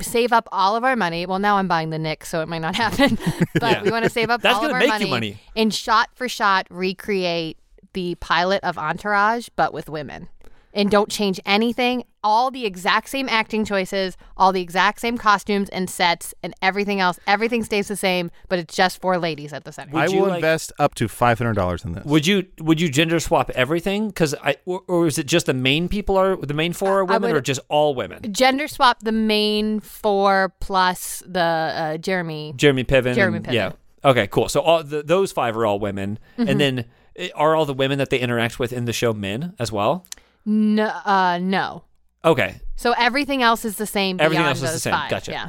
G: save up all of our money. Well, now I'm buying the Knicks, so it might not happen. but we want to save up
J: That's
G: all of
J: gonna make
G: our money,
J: you money.
G: and shot for shot recreate the pilot of Entourage, but with women. And don't change anything. All the exact same acting choices, all the exact same costumes and sets, and everything else. Everything stays the same, but it's just four ladies at the center.
J: Would
E: I
J: you
E: will
J: like-
E: invest up to five hundred dollars in this.
J: Would you would you gender swap everything? Because I or, or is it just the main people are the main four are
G: I
J: women,
G: would-
J: or just all women?
G: gender swap the main four plus the uh, Jeremy.
J: Jeremy Piven.
G: Jeremy
J: and-
G: Piven.
J: Yeah. Okay. Cool. So all the, those five are all women,
G: Mm-hmm.
J: and then eh, are all the women that they interact with in the show men as well?
G: No, uh, no.
J: Okay.
G: So everything else is the same.
J: Everything
G: beyond
J: else is the
G: those
J: same.
G: Five.
J: Gotcha.
G: Yeah.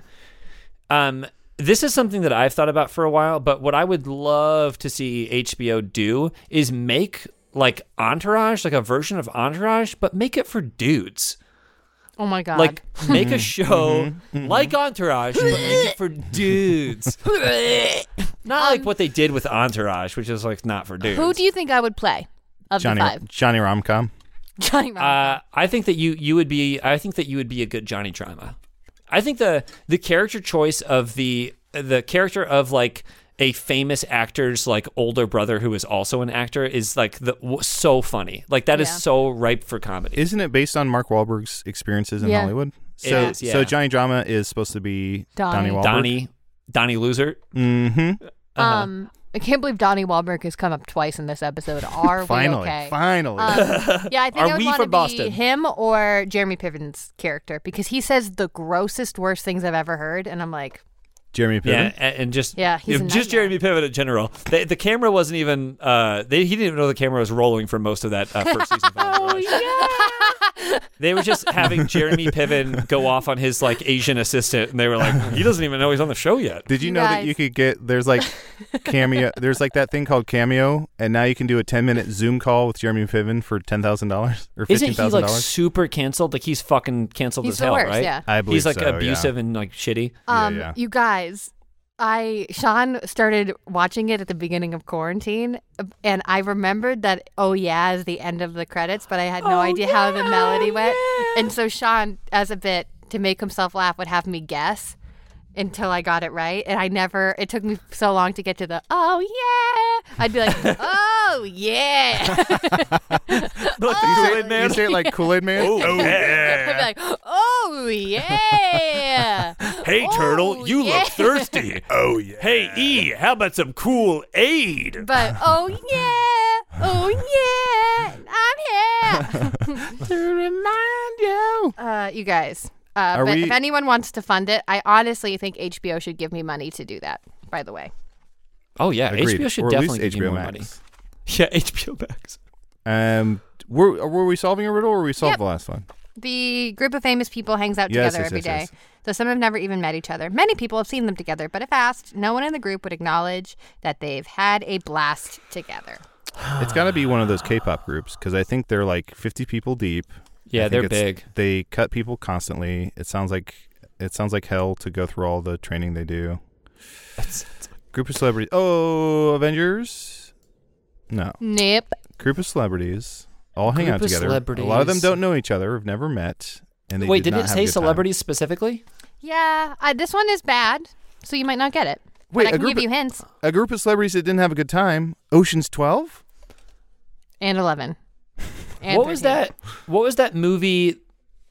J: Um, this is something that I've thought about for a while, but what I would love to see HBO do is make like Entourage, like a version of Entourage, but make it for dudes.
G: Oh my god.
J: Like make a show like Entourage, but make it for dudes. not like what they did with Entourage, which is like not for dudes.
G: Um, who do you think I would play of
E: Johnny
G: the five?
E: Johnny Romcom?
G: Johnny. Rom-
J: Uh, I think that you you would be. I think that you would be a good Johnny Drama. I think the the character choice of the the character of like a famous actor's like older brother who is also an actor is like the w- so funny. Like that is
G: Yeah.
J: so ripe for comedy.
E: Isn't it based on Mark Wahlberg's experiences in
G: Yeah.
E: Hollywood?
J: It
E: So,
J: is, yeah.
E: so Johnny Drama is supposed to be
G: Donnie.
E: Donnie, Wahlberg.
J: Donnie Donnie Loser.
E: Mm-hmm.
G: Um, I can't believe Donnie Wahlberg has come up twice in this episode. Are
E: Finally,
G: we okay?
E: finally.
G: Um, yeah, I think
J: Are
G: I would
J: we
G: want
J: from
G: to be
J: Boston?
G: him or Jeremy Piven's character because he says the grossest, worst things I've ever heard, and I'm like,
E: Jeremy Piven.
J: Yeah, a- and, just
G: Yeah, he's a
J: just Jeremy
G: nightmare.
J: Piven in general. The, the camera wasn't even. Uh, they, he didn't even know the camera was rolling for most of that uh, first season. oh yeah.
G: Oh,
J: they were just having Jeremy Piven go off on his like Asian assistant, and they were like, he doesn't even know he's on the show yet.
E: Did you
G: You
E: know that
G: guys.
E: you could get there's like cameo. There's like that thing called cameo, and now you can do a 10 minute Zoom call with Jeremy Piven for ten thousand dollars or
J: Isn't
E: fifteen
J: he
E: thousand
J: like
E: dollars.
J: super canceled? Like he's fucking canceled
G: He's
J: as
G: the
J: hell,
G: worst,
J: right?
G: yeah.
E: I believe
J: he's like
E: so, yeah.
J: abusive and like shitty.
E: Yeah,
G: Um,
E: yeah.
G: you guys, I Sean started watching it at the beginning of quarantine, and I remembered that "Oh Yeah" is the end of the credits, but I had
F: Oh,
G: no idea how the melody went. And so Sean, as a bit to make himself laugh, would have me guess until I got it right, and I never. It took me so long to get to the "Oh Yeah." I'd be like, "Oh yeah,"
E: you, say, it- you say it like Kool Aid Man. Oh,
G: I'd be like, "Oh yeah."
F: Hey, Turtle,
G: Oh,
F: you
G: yeah.
F: look thirsty. oh, yeah. Hey, E, how about some cool aid?
G: But oh yeah, oh yeah, I'm here.
K: to remind you.
G: Uh, you guys, uh,
E: Are
G: but
E: we-
G: if anyone wants to fund it, I honestly think HBO should give me money to do that. By the way,
J: Oh yeah,
E: Agreed.
J: HBO should
E: or at least
J: definitely
E: HBO
J: give you more
E: Max.
J: money. Yeah, HBO Max.
E: Um, were were we solving a riddle, or we solved
G: Yep.
E: the last one?
G: the group of famous people hangs out
E: Yes,
G: together
E: yes,
G: every
E: yes,
G: day.
E: yes.
G: Though some have never even met each other, many people have seen them together. But if asked, no one in the group would acknowledge that they've had a blast together.
E: It's got to be one of those K-pop groups because I think they're like 50 people deep.
J: Yeah,
E: I think
J: they're
E: it's-
J: big.
E: They cut people constantly. It sounds like it sounds like hell to go through all the training they do. Group of celebrities. Oh, Avengers. No,
G: Nope.
E: group of celebrities all hang
J: Group
E: out
J: of
E: together. A lot of them
J: celebrities.
E: don't know each other. Have never met. And they
J: Wait,
E: did
J: did
E: not
J: it
E: have a
J: say
E: good time.
J: celebrities specifically?
G: Yeah, I, this one is bad, so you might not get it. But
E: Wait,
G: I
E: a
G: can
E: group
G: give
E: of-
G: you hints.
E: A group of celebrities that didn't have a good time. Ocean's Twelve.
G: And eleven. And
J: what was
G: 13.
J: that? What was that movie?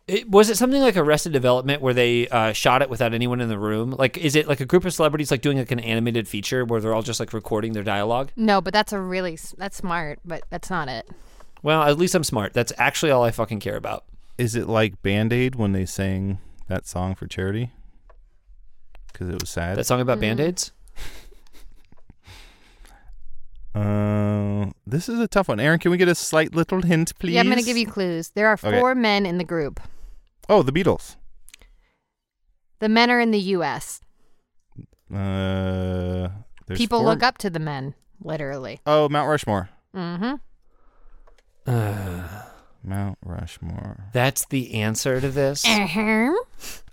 J: It, was it something like Arrested Development where they uh, shot it without anyone in the room? Like, is it like a group of celebrities like doing like an animated feature where they're all just like recording their dialogue?
G: No, but that's a really s- that's smart, but that's not it.
J: Well, at least I'm smart. That's actually all I fucking care about.
E: Is it like Band Aid when they sang that song for charity? Because it was sad.
J: That song about
G: Mm-hmm.
J: band aids.
E: Uh, this is a tough one. Aaron, can we get a slight little hint, please?
G: Yeah, I'm going to give you clues. There are
E: Okay.
G: four men in the group.
E: Oh, the Beatles.
G: The men are in the U.S.
E: Uh, there's
G: People
E: four-
G: look up to the men, literally.
E: Oh, Mount Rushmore.
G: Mm-hmm.
E: Mount Rushmore.
J: That's the answer to this.
G: Uh-huh.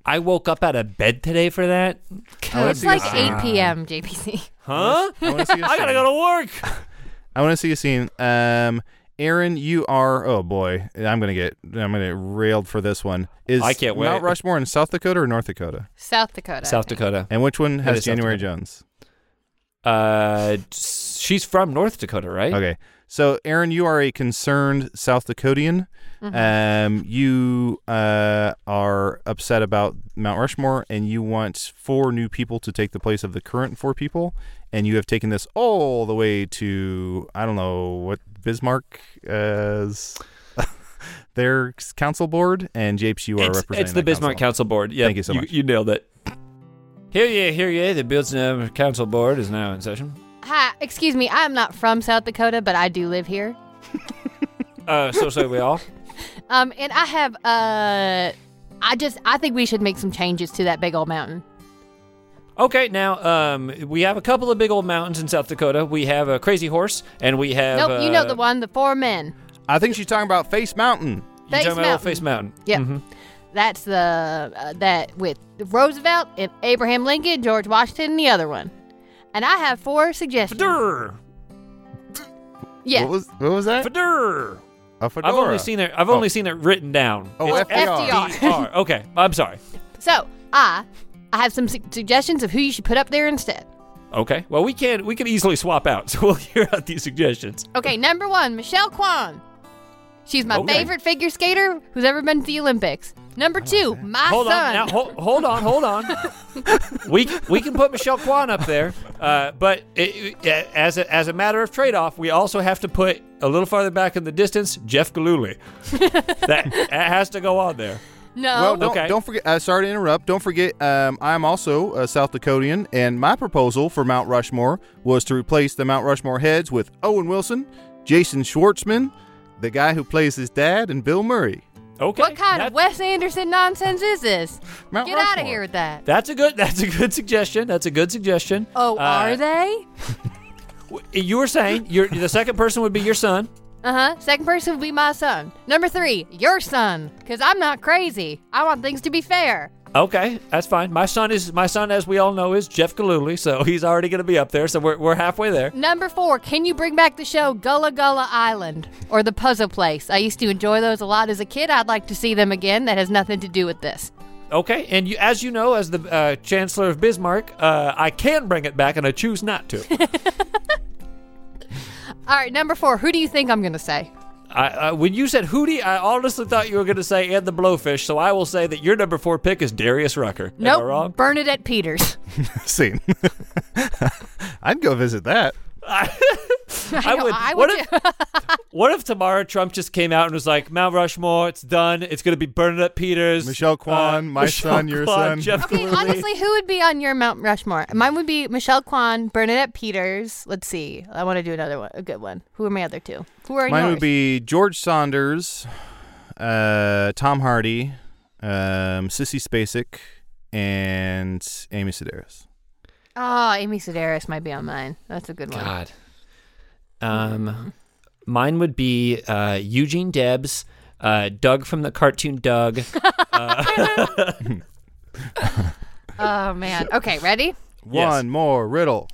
J: I woke up out of bed today for that.
E: I wanna
G: It's
E: see a
G: like
E: scene.
G: 8 p.m. JPC.
J: Huh?
E: I want to see a
J: I gotta
E: scene.
J: go to work.
E: I want to see a scene. Um, Aaron, you are. Oh boy, I'm gonna get. I'm gonna get railed for this one. Is
J: I can't
E: Mount
J: wait.
E: Rushmore in South Dakota or North Dakota?
G: South Dakota.
J: South Dakota.
E: And which one has
J: is South
E: January
J: Dakota.
E: Jones?
J: Uh, she's from North Dakota, right?
E: Okay. So, Aaron, you are a concerned South Dakotian. Um, you uh, are upset about Mount Rushmore, and you want four new people to take the place of the current four people. And you have taken this all the way to I don't know what Bismarck as their council board. And Japes, you are
J: it's,
E: representing.
J: it's the
E: that
J: Bismarck
E: council.
J: Council Board. Yeah,
E: Thank you so much.
J: You, nailed it. Here yeah, here yeah. The Bismarck Council Board is now in session.
G: Hi, excuse me, I'm not from South Dakota, but I do live here.
J: Uh, so so we all.
G: Um, and I have, uh, I just, I think we should make some changes to that big old mountain.
J: Okay, now um, we have a couple of big old mountains in South Dakota. We have a crazy horse, and we have.
G: Nope, you know
J: uh,
G: the one, the four men.
E: I think she's talking about Face Mountain.
J: You
G: Face
J: talking about
G: Mountain.
J: Face Mountain?
G: Yep.
J: Mhm.
G: That's the uh, that with Roosevelt and Abraham Lincoln, George Washington, and the other one. And I have four suggestions.
F: Fedor!
G: Yeah,
E: What was what was that?
F: Fedor!
E: A
J: I've
E: fedora.
J: only seen it. I've
E: Oh.
J: only seen it written down.
E: Oh,
J: It's
E: FDR.
J: FDR. okay, I'm sorry.
G: So I I have some su- suggestions of who you should put up there instead.
J: Okay. Well, we can we can easily swap out, so we'll hear out these suggestions.
G: Okay, number one, Michelle Kwan. She's my
J: Okay.
G: favorite figure skater who's ever been to the Olympics. Number two, my
J: hold on,
G: Ah, son.
J: now hold, hold on, hold on. we we can put Michelle Kwan up there, uh, but it, it- as a, as a matter of trade off, we also have to put a little farther back in the distance Jeff Galooly. that, that has to go on there.
G: no,
E: Well, don't,
J: okay.
E: don't forget. Uh, sorry to interrupt. Don't forget. Um, I'm also a South Dakotian, and my proposal for Mount Rushmore was to replace the Mount Rushmore heads with Owen Wilson, Jason Schwartzman, the guy who plays his dad, and Bill Murray.
J: Okay.
G: What kind
J: that-
G: of Wes Anderson nonsense is this?
E: Mount
G: Get out of
E: Rushmore.
G: here with that.
J: That's a good. That's a good suggestion. That's a good suggestion.
G: Oh,
J: Uh,
G: are they?
J: You were saying your the second person would be your son.
G: Uh huh. Second person would be my son. Number three, your son. Because I'm not crazy. I want things to be fair.
J: Okay, that's fine. My son is my son, as we all know, is Jeff Galooly, so he's already going to be up there. So we're we're halfway there.
G: Number four, can you bring back the show Gullah Gullah Island or The Puzzle Place? I used to enjoy those a lot as a kid. I'd like to see them again. That has nothing to do with this.
J: Okay, and you, as you know, as the uh, Chancellor of Bismarck, uh, I can bring it back, and I choose not to.
G: All right, number four, who do you think I'm going to say?
J: I, uh, when you said Hootie, I honestly thought you were going to say and the Blowfish, so I will say that your number four pick is Darius Rucker. Am I
G: Nope,
J: wrong?
G: Bernadette Peters.
E: Scene. I'd go visit that.
J: I
G: know,
J: would.
G: I
J: what,
G: would
J: if, what if tomorrow Trump just came out and was like, Mount Rushmore, it's done. It's going to be Bernadette Peters, uh,
E: Michelle Kwan, my son, your
J: Kwan,
E: son.
J: Jeff
G: Okay,
J: Galooly.
G: honestly, who would be on your Mount Rushmore? Mine would be Michelle Kwan, Bernadette Peters. Let's see. I want to do another one, a good one. Who are my other two? Who are
E: Mine
G: yours?
E: would be George Saunders, uh, Tom Hardy, um, Sissy Spacek, and Amy Sedaris.
G: Oh, Amy Sedaris might be on mine. That's a good one.
J: God. Um, mine would be uh, Eugene Debs, uh, Doug from the cartoon Doug.
G: Oh man. Okay, ready?
E: One more riddle.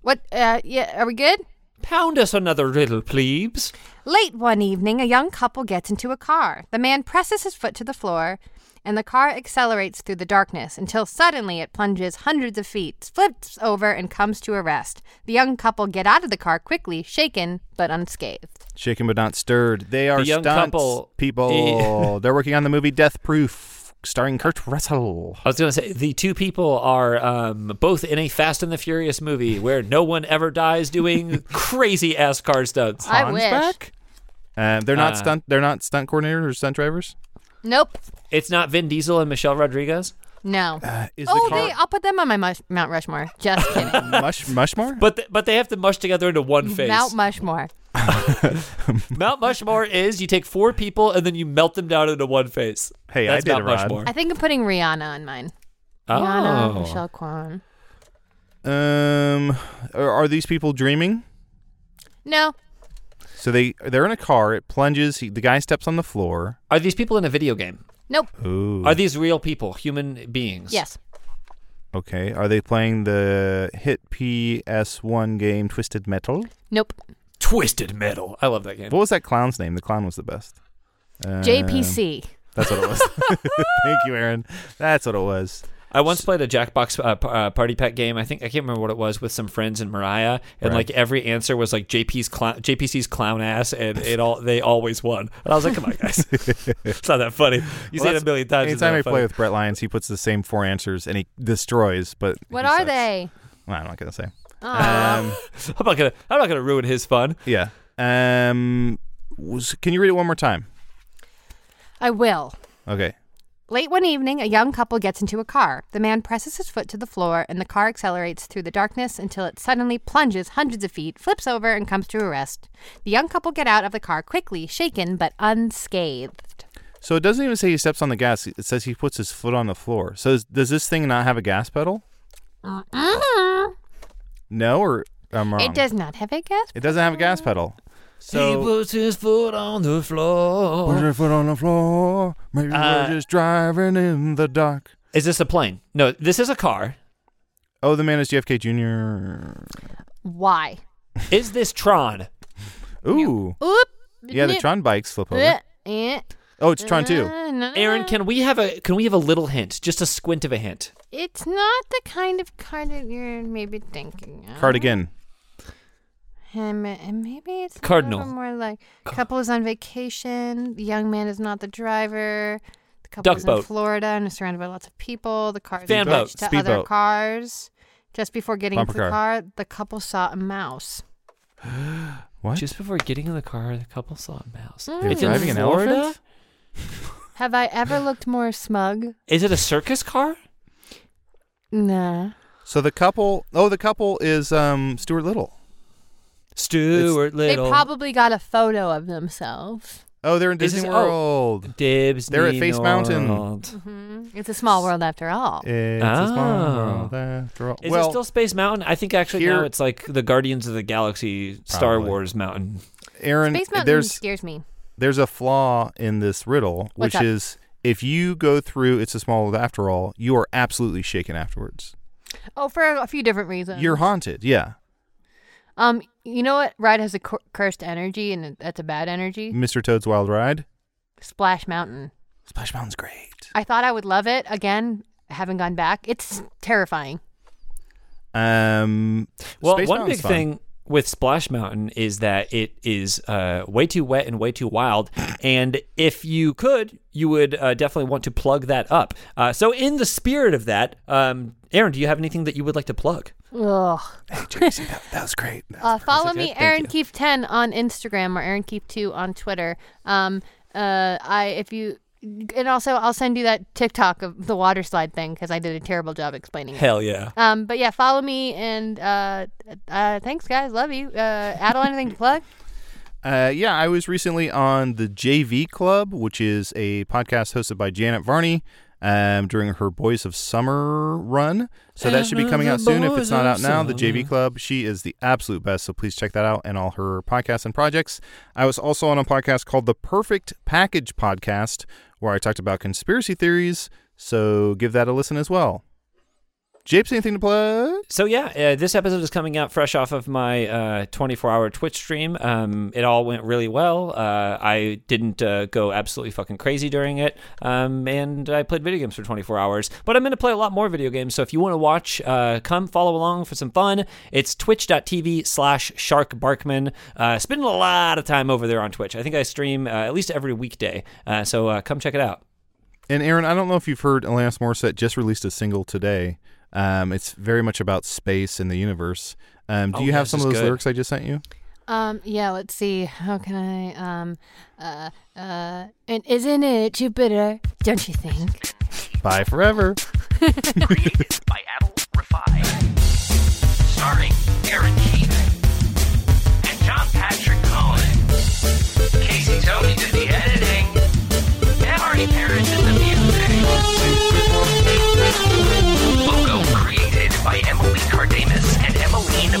G: What? Uh, yeah. Are we good?
J: Pound us another riddle, plebes.
G: Late one evening, a young couple gets into a car. The man presses his foot to the floor, and the car accelerates through the darkness until suddenly it plunges hundreds of feet, flips over, and comes to a rest. The young couple get out of the car quickly, shaken but unscathed.
E: Shaken but not stirred. They are
J: The young
E: stunts
J: couple-
E: people. They're working on the movie Death Proof, starring Kurt Russell.
J: I was going to say the two people are um, both in a Fast and the Furious movie where no one ever dies doing crazy ass car stunts.
G: I wish.
E: Uh, they're not
J: Uh,
E: stunt. They're not stunt coordinators or stunt drivers.
G: Nope.
J: It's not Vin Diesel and Michelle Rodriguez,
G: No.
J: Uh,
E: Is
G: oh,
E: the car
G: they, I'll put them on my mush, Mount Rushmore. Just kidding.
E: mush mushmore?
J: but th- but they have to mush together into one face.
G: Mount Mushmore.
J: Mount Mushmore is you take four people and then you melt them down into one face.
E: Hey, I
J: That's
E: did
J: Mount
E: it, Rod.
J: Rushmore.
G: I think I'm putting Rihanna on mine.
J: Oh.
G: Rihanna, Michelle Kwan.
E: um, are, are these people dreaming?
G: No.
E: So they they're in a car. It plunges. He, the guy steps on the floor.
J: Are these people in a video game?
G: Nope.
E: Ooh.
J: Are these real people, human beings?
G: Yes.
E: okay. Are they playing the hit PS1 game Twisted Metal?
G: Nope.
J: Twisted Metal. I love that game.
E: What was that clown's name? The clown was the best. Um,
G: JPC.
E: That's what it was. Thank you, Aaron. That's what it was.
J: I once played a Jackbox uh, p- uh, party pack game. I think I can't remember what it was with some friends and Mariah, and
E: Right.
J: like every answer was like JP's clown, JPC's clown ass, and it all they always won. And I was like, come on, guys, it's not that funny. You
E: Well,
J: say it
E: that's-
J: a million times. it's
E: Anytime
J: not
E: I
J: funny.
E: play with Brett Lyons, he puts the same four answers and he destroys. But
G: What
E: he
G: are
E: sucks.
G: they?
E: Well, I'm not gonna say.
G: Aw.
E: Um,
J: I'm not gonna, I'm not gonna ruin his fun.
E: yeah. Um, was, can you read it one more time?
G: I will.
E: Okay.
G: Late one evening, a young couple gets into a car. The man presses his foot to the floor, and the car accelerates through the darkness until it suddenly plunges hundreds of feet, flips over, and comes to a rest. The young couple get out of the car quickly, shaken but unscathed.
E: So it doesn't even say he steps on the gas. It says he puts his foot on the floor. So is, does this thing not have a gas pedal? Uh-huh. No, or I'm wrong.
G: It does not have a gas.
E: It doesn't have a gas pedal.
J: he
E: So
J: puts his foot on the floor.
E: your foot on the floor. Maybe
J: Uh,
E: we're just driving in the dark.
J: Is this a plane? No, this is a car.
E: Oh, the man is JFK Jr.
G: Why?
J: Is this Tron?
E: Ooh,
G: Oop. Uh, eh.
E: yeah, the Tron bikes flip over.
G: Tron
E: Oh, it's Tron 2.
J: Aaron, can we have a can we have a little hint, just a squint of a hint?
G: It's not the kind of car that you're maybe thinking of.
E: Cardigan.
G: him and maybe it's
J: Cardinal.
G: a little more like couple is on vacation the young man is not the driver the couple
J: Duck
G: is in
J: boat.
G: flowers and is surrounded by lots of people the car is
J: Fan boat.
G: attached to other
E: Speedboat.
G: cars just before getting
E: Bumper
G: into the
E: car.
G: car the couple saw a mouse
E: What?
J: Just before getting in the car, the couple saw a mouse.
E: They were
J: It's
E: driving
J: in
E: an
J: Florida?
E: elephant?
G: have i ever looked more smug
J: Is it a circus car?
G: nah
E: So the couple, oh, the couple is um Stuart Little.
J: Stuart
G: they
J: Little.
G: probably got a photo of themselves
E: Oh, they're in
J: Is
E: Disney
J: this-
E: World.
J: Dibs.
E: They're at Face Mountain.
J: World.
G: It's a small world after all.
E: It's
J: Oh.
E: a small world after all.
J: Is
E: well,
J: it still Space Mountain? I think actually
E: here-
J: now it's like the Guardians of the Galaxy Star
E: Probably.
J: Wars Mountain.
E: Aaron,
G: Space Mountain
E: there's
G: scares me.
E: there's a flaw in this riddle,
G: What's
E: which
G: that?
E: is if you go through It's a Small World After All, you are absolutely shaken afterwards.
G: Oh, for a few different reasons.
E: You're haunted. Yeah.
G: um, you know what? Ride has a cur- cursed energy, and that's a bad
J: Mm.
G: energy.
E: Mr. Toad's Wild Ride.
G: Splash Mountain.
E: Splash Mountain's great.
G: I thought I would love it again. Haven't gone back. It's terrifying.
E: Um,
J: Well,
E: Space
J: one
E: Mountain's
J: big
E: fun.
J: thing with Splash Mountain is that it is uh, way too wet and way too wild. And if you could, you would uh, definitely want to plug that up. Uh, so, in the spirit of that, um, Aaron, do you have anything that you would like to plug?
G: Ugh.
E: That was great.
G: Uh, follow
J: it
G: me,
J: good? Thank
G: Aaron
J: you.
G: Keefe ten on Instagram or Aaron Keefe two on Twitter. Um, uh, I if you and also I'll send you that TikTok of the water slide thing because I did a terrible job explaining it.
J: Hell yeah.
G: Um, but yeah, follow me and uh, uh, thanks guys, love you. Uh, Adel, anything to plug?
E: Uh, yeah, I was recently on the JV Club, which is a podcast hosted by Janet Varney um, during her Boys of Summer run. So that should be coming out soon. If it's not out now, the JV Club, she is the absolute best. So please check that out and all her podcasts and projects. I was also on a podcast called The Perfect Package Podcast, where I talked about conspiracy theories. So give that a listen as well. Japes, anything to plug?
J: So yeah, uh, this episode is coming out fresh off of my uh, 24-hour Twitch stream. Um, it all went really well. Uh, I didn't uh, go absolutely fucking crazy during it, um, and I played video games for 24 hours. But I'm going to play a lot more video games. So if you want to watch, uh, come follow along for some fun. It's Twitch.tv/slash Shark Barkman. Uh, spending a lot of time over there on Twitch. I think I stream uh, at least every weekday. Uh, so uh, come check it out.
E: And Aaron, I don't know if you've heard Alanis Morissette just released a single today. Um, it's very much about space and the universe. Um, do
J: Oh,
E: you
J: yeah,
E: have
J: this
E: some
J: is
E: of those
J: good.
E: lyrics I just sent you?
G: Um, yeah, let's see. How can I? Um, uh, uh, and isn't it Jupiter? Don't you think?
E: Bye forever.
D: created by Adel Rafai. Starring Aaron Keith and John Patrick Cohen. Casey Tony did the editing. And Marty Perrin did the music. Logo created by Emily Cardamus and Emmeline